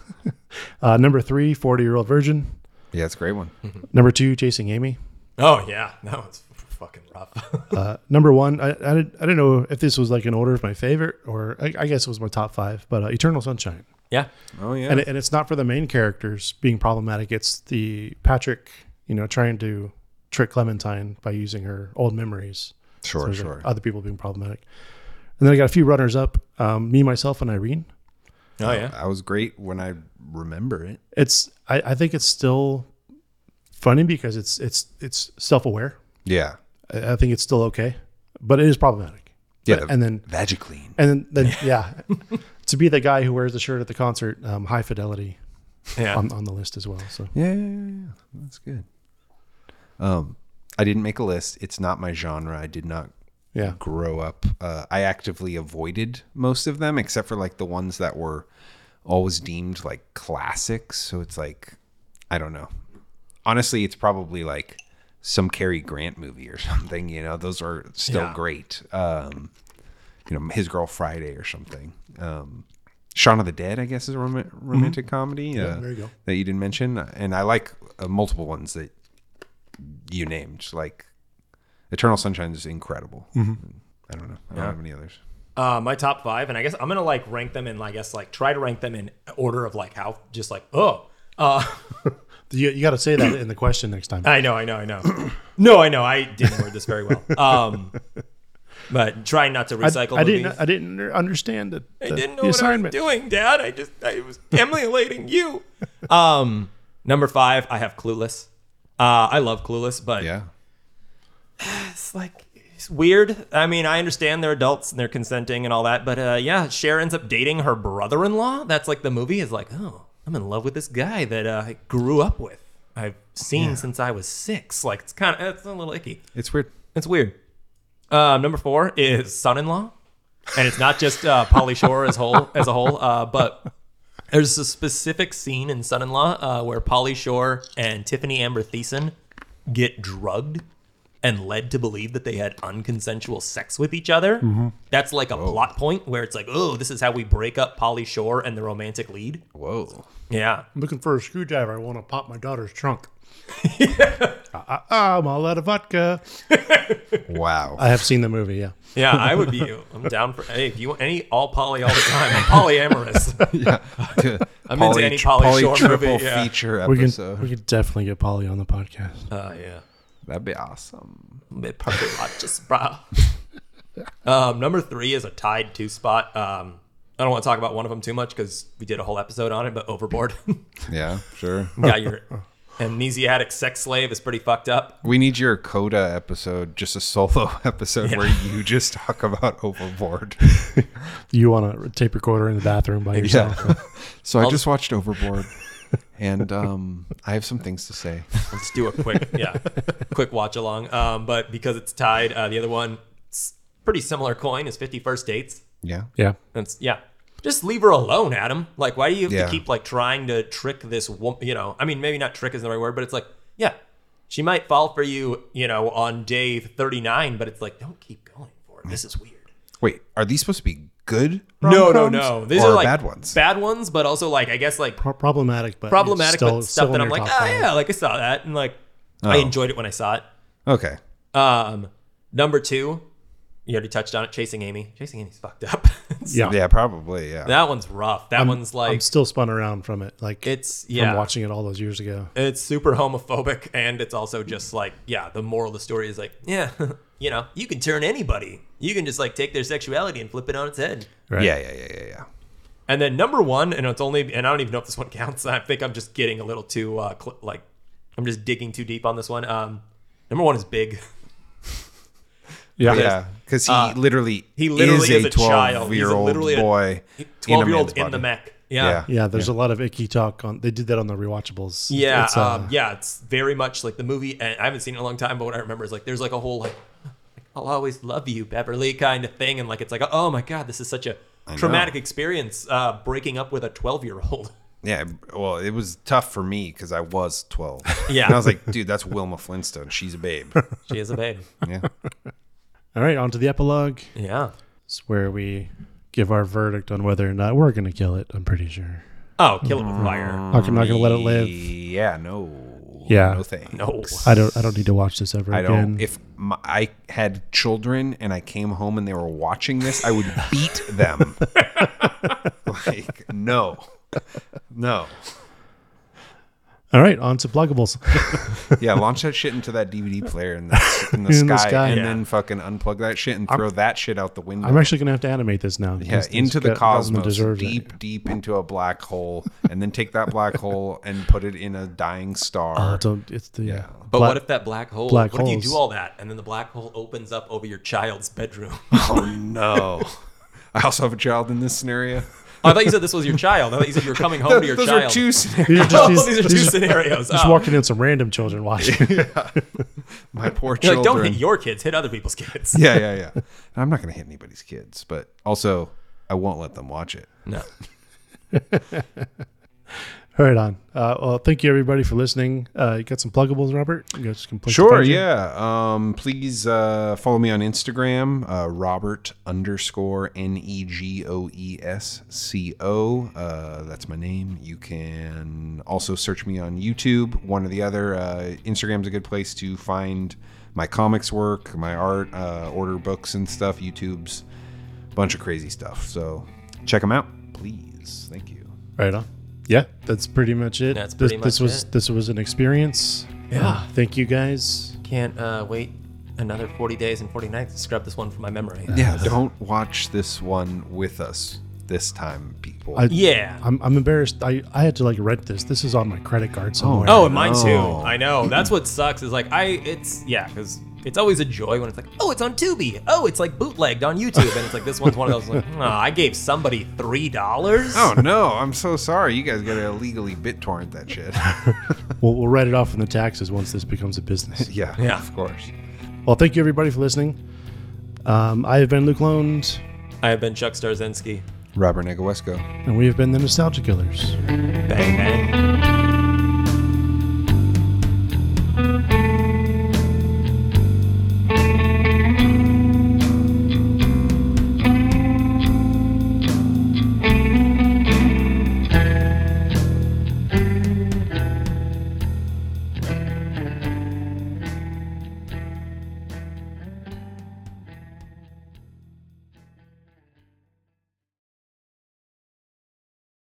Speaker 2: Uh, number three, 40 year old virgin.
Speaker 3: Yeah, it's a great one.
Speaker 2: Number two, chasing Amy.
Speaker 1: Oh yeah, that was fucking rough.
Speaker 2: Number one, I, I, did- I don't know if this was like an order of my favorite or I, I guess it was my top five, but uh, Eternal Sunshine.
Speaker 1: yeah.
Speaker 3: Oh yeah.
Speaker 2: And, it, and it's not for the main characters being problematic. It's the Patrick, you know, trying to trick Clementine by using her old memories.
Speaker 3: sure,
Speaker 2: Those are
Speaker 3: sure.
Speaker 2: Other people being problematic. And then I got a few runners up. Um, me, myself, and Irene.
Speaker 1: Oh yeah.
Speaker 3: I was great when I remember it.
Speaker 2: It's I, I think it's still funny because it's it's it's self aware.
Speaker 3: Yeah.
Speaker 2: I I think it's still okay, but it is problematic.
Speaker 3: Yeah.
Speaker 2: But- and then
Speaker 3: Vagiclean.
Speaker 2: and then yeah, to be the guy who wears the shirt at the concert, um, high fidelity
Speaker 1: Yeah.
Speaker 2: on, on the list as well. So
Speaker 3: Yeah, yeah, yeah, yeah. That's good. Um, I didn't make a list. It's not my genre. I did not
Speaker 2: yeah,
Speaker 3: grow up. Uh, I actively avoided most of them, except for like the ones that were always deemed like classics. So it's like, I don't know. Honestly, it's probably like some Cary Grant movie or something. You know, those are still
Speaker 1: Yeah.
Speaker 3: great. Um, you know, His Girl Friday or something. Um, Shaun of the Dead, I guess, is a rom- romantic comedy. Yeah,
Speaker 2: Mm-hmm. there you go.
Speaker 3: That you didn't mention, and I like uh, multiple ones that you named. Like Eternal Sunshine is incredible.
Speaker 2: Mm-hmm.
Speaker 3: I don't know. I don't have any others.
Speaker 1: Uh, my top five, and I guess I'm gonna like rank them in. I guess like try to rank them in order of like how just like oh. Uh,
Speaker 2: you, you got to say that in the question next time.
Speaker 1: I know, I know, I know. no, I know. I didn't word this very well. Um, but trying not to
Speaker 2: I,
Speaker 1: recycle.
Speaker 2: I didn't
Speaker 1: movies.
Speaker 2: I didn't under- understand it.
Speaker 1: I didn't know what I was doing, Dad. I just I was emulating you. Um, number five, I have Clueless. Uh, I love Clueless, but
Speaker 3: Yeah.
Speaker 1: it's like it's weird. I mean, I understand they're adults and they're consenting and all that, but uh, yeah, Cher ends up dating her brother-in-law. That's like the movie is like, oh, I'm in love with this guy that uh, I grew up with. I've seen since I was six. Like it's kind of it's a little icky.
Speaker 3: It's weird.
Speaker 1: It's weird. Um, number four is son-in-law, and it's not just uh, Polly Shore as whole as a whole, uh, but there's a specific scene in son-in-law uh, where Polly Shore and Tiffany Amber Thiessen get drugged and led to believe that they had unconsensual sex with each other. That's like a plot point where it's like, oh, this is how we break up Polly Shore and the romantic lead.
Speaker 3: Whoa.
Speaker 1: Yeah,
Speaker 2: I'm looking for a screwdriver. I want to pop my daughter's trunk. Ah, ah, ah, I'm all out of vodka.
Speaker 3: Wow.
Speaker 2: I have seen the movie. Yeah,
Speaker 1: yeah, I would be. I'm down for hey, if you want any all poly all the time. I'm polyamorous.
Speaker 3: I'm
Speaker 1: into any Pauly Shore
Speaker 3: triple
Speaker 1: movie, yeah.
Speaker 3: feature
Speaker 2: we can
Speaker 3: episode.
Speaker 2: we can definitely get Polly on the podcast.
Speaker 1: uh, yeah.
Speaker 3: That'd be awesome.
Speaker 1: mid parking lot just bra. um, number three is a tied two spot. Um, I don't want to talk about one of them too much because we did a whole episode on it, but Overboard
Speaker 3: Yeah, sure.
Speaker 1: got your amnesiatic sex slave is pretty fucked up.
Speaker 3: We need your Coda episode, just a solo episode where you just talk about Overboard.
Speaker 2: you want a tape recorder in the bathroom by yourself?
Speaker 3: so I just watched Overboard, and um, I have some things to say.
Speaker 1: Let's do a quick, yeah, quick watch along. Um, but because it's tied, uh, the other one, it's pretty similar coin is 51st Dates.
Speaker 3: Yeah.
Speaker 2: Yeah,
Speaker 1: That's yeah. Just leave her alone, Adam. Like, why do you have
Speaker 3: Yeah.
Speaker 1: to keep like trying to trick this woman? You know, I mean, maybe not trick is the right word, but it's like, yeah, she might fall for you, you know, on day thirty nine. But it's like, don't keep going for it. This is weird.
Speaker 3: Wait, are these supposed to be good?
Speaker 1: No, no,
Speaker 3: rom-coms
Speaker 1: no. These
Speaker 3: or
Speaker 1: are like
Speaker 3: bad ones.
Speaker 1: Bad ones, but also like I guess like
Speaker 2: Pro- problematic, but it's
Speaker 1: problematic,
Speaker 2: still-
Speaker 1: but stuff
Speaker 2: still in
Speaker 1: that
Speaker 2: your
Speaker 1: I'm like,
Speaker 2: top
Speaker 1: ah,
Speaker 2: five.
Speaker 1: yeah, like I saw that, and like I
Speaker 3: Oh.
Speaker 1: enjoyed it when I saw it.
Speaker 3: okay.
Speaker 1: Um, number two, you already touched on it. Chasing Amy. Chasing Amy's fucked up. So
Speaker 2: Yeah.
Speaker 3: Yeah, probably. Yeah.
Speaker 1: That one's rough. That one's like
Speaker 2: I'm still spun around from it. Like
Speaker 1: It's-
Speaker 2: from
Speaker 1: yeah.
Speaker 2: watching it all those years ago.
Speaker 1: it's super homophobic and it's also just like yeah the moral of the story is like yeah you know you can turn anybody you can just like take their sexuality and flip it on its head
Speaker 2: Right.
Speaker 3: Yeah, yeah, yeah, yeah, yeah.
Speaker 1: and then number one and it's only and i don't even know if this one counts i think i'm just getting a little too uh cl- like i'm just digging too deep on this one um number one is big
Speaker 2: Yeah,
Speaker 3: Yeah, because he literally
Speaker 1: uh, he literally is a child. He's a-
Speaker 3: year old
Speaker 1: literally a-
Speaker 3: boy, in a
Speaker 1: 12 year old
Speaker 3: man's
Speaker 1: in the
Speaker 3: body.
Speaker 1: mech
Speaker 3: Yeah,
Speaker 1: yeah
Speaker 2: Yeah, there's a lot of icky talk on. They did that on the rewatchables.
Speaker 1: yeah
Speaker 2: It's, uh,
Speaker 1: um, yeah it's very much like the movie and i haven't seen it in a long time but what i remember is like there's like a whole like I'll always love you, Beverly, kind of thing. And like, it's like, oh my God, this is such a traumatic experience uh, breaking up with a 12 year old.
Speaker 3: Yeah, well, it was tough for me because I was 12.
Speaker 1: Yeah.
Speaker 3: And I was like, dude, that's Wilma Flintstone. She's a babe.
Speaker 1: She is a babe.
Speaker 3: Yeah.
Speaker 2: All right, on to the epilogue.
Speaker 1: Yeah.
Speaker 2: It's where we give our verdict on whether or not we're going to kill it, I'm pretty sure.
Speaker 1: Oh, kill it with fire.
Speaker 2: I'm not going to let it live.
Speaker 3: Yeah, no.
Speaker 2: Yeah.
Speaker 3: No thanks.
Speaker 1: No.
Speaker 2: I don't I don't need to watch this ever
Speaker 3: I
Speaker 2: again.
Speaker 3: don't. If my, I had children and I came home and they were watching this, I would beat them. like, no. No.
Speaker 2: All right, on to pluggables.
Speaker 3: Yeah, launch that shit into that DVD player in the, in the,
Speaker 2: In
Speaker 3: sky,
Speaker 2: the sky.
Speaker 3: and
Speaker 2: Yeah.
Speaker 3: then fucking unplug that shit and throw that shit out the window.
Speaker 2: I'm actually going to have to animate this now.
Speaker 3: yeah,
Speaker 2: because this
Speaker 3: into the
Speaker 2: go- government
Speaker 3: cosmos,
Speaker 2: deserves it.
Speaker 3: deep, deep into a black hole, and then take that black hole and put it in a dying star.
Speaker 2: Oh, don't, it's the,
Speaker 3: Yeah.
Speaker 1: But
Speaker 2: Black-
Speaker 1: what if that black hole?
Speaker 2: black
Speaker 1: what if you
Speaker 2: holes.
Speaker 1: do all that and then the black hole opens up over your child's bedroom? Oh,
Speaker 3: no. I also have a child in this scenario.
Speaker 1: Oh, I thought you said this was your child. I thought you said you were coming home to your
Speaker 3: Those
Speaker 1: child.
Speaker 3: are two
Speaker 2: These
Speaker 3: scenarios.
Speaker 2: are just,
Speaker 1: Oh,
Speaker 2: these,
Speaker 1: these are two
Speaker 2: these are-
Speaker 1: scenarios.
Speaker 2: Just
Speaker 1: Oh.
Speaker 2: walking in some random children watching.
Speaker 3: My poor
Speaker 1: You're
Speaker 3: children.
Speaker 1: like, don't hit your kids. Hit other people's kids.
Speaker 3: yeah, yeah, yeah. And I'm not going to hit anybody's kids, but also I won't let them watch it.
Speaker 1: No.
Speaker 2: All right, on. Uh, well, thank you everybody for listening. Uh, you got some pluggables, Robert? You got some places to
Speaker 3: Sure,
Speaker 2: find you?
Speaker 3: yeah. Um, please uh, follow me on Instagram, uh, Robert underscore N E G O E S C O. Uh, That's my name. You can also search me on YouTube, one or the other. Uh, Instagram's a good place to find my comics work, my art, uh, order books and stuff. YouTube's a bunch of crazy stuff. So check them out, please. Thank you.
Speaker 2: Right on. Yeah, that's pretty much it.
Speaker 1: That's
Speaker 2: this,
Speaker 1: pretty
Speaker 2: this
Speaker 1: much
Speaker 2: was
Speaker 1: it.
Speaker 2: this was an experience.
Speaker 1: Yeah.
Speaker 2: Uh, thank you guys.
Speaker 1: Can't uh, wait another 40 days and 40 nights to scrub this one from my memory.
Speaker 3: Yeah, don't watch this one with us this time, people.
Speaker 2: I-
Speaker 1: Yeah.
Speaker 2: I'm, I'm embarrassed. I, I had to like rent this. This is on my credit card somewhere.
Speaker 1: Oh, and mine too.
Speaker 3: No.
Speaker 1: I know. That's what sucks is like I it's yeah, cuz it's always a joy when it's like, "Oh, it's on Tubi. Oh, it's like bootlegged on YouTube." And it's like this one's one of those like, "Oh, I gave somebody $3?"
Speaker 3: Oh no, I'm so sorry. You guys gotta illegally BitTorrent that shit.
Speaker 2: We'll, we'll write it off in the taxes once this becomes a business.
Speaker 3: yeah,
Speaker 1: Yeah.
Speaker 3: of course.
Speaker 2: Well, thank you everybody for listening. Um, I have been Luke Lones,
Speaker 1: I have been Chuck Starzensky.
Speaker 3: Robert Negowesco.
Speaker 2: and we have been the Nostalgia Killers.
Speaker 1: Bang bang.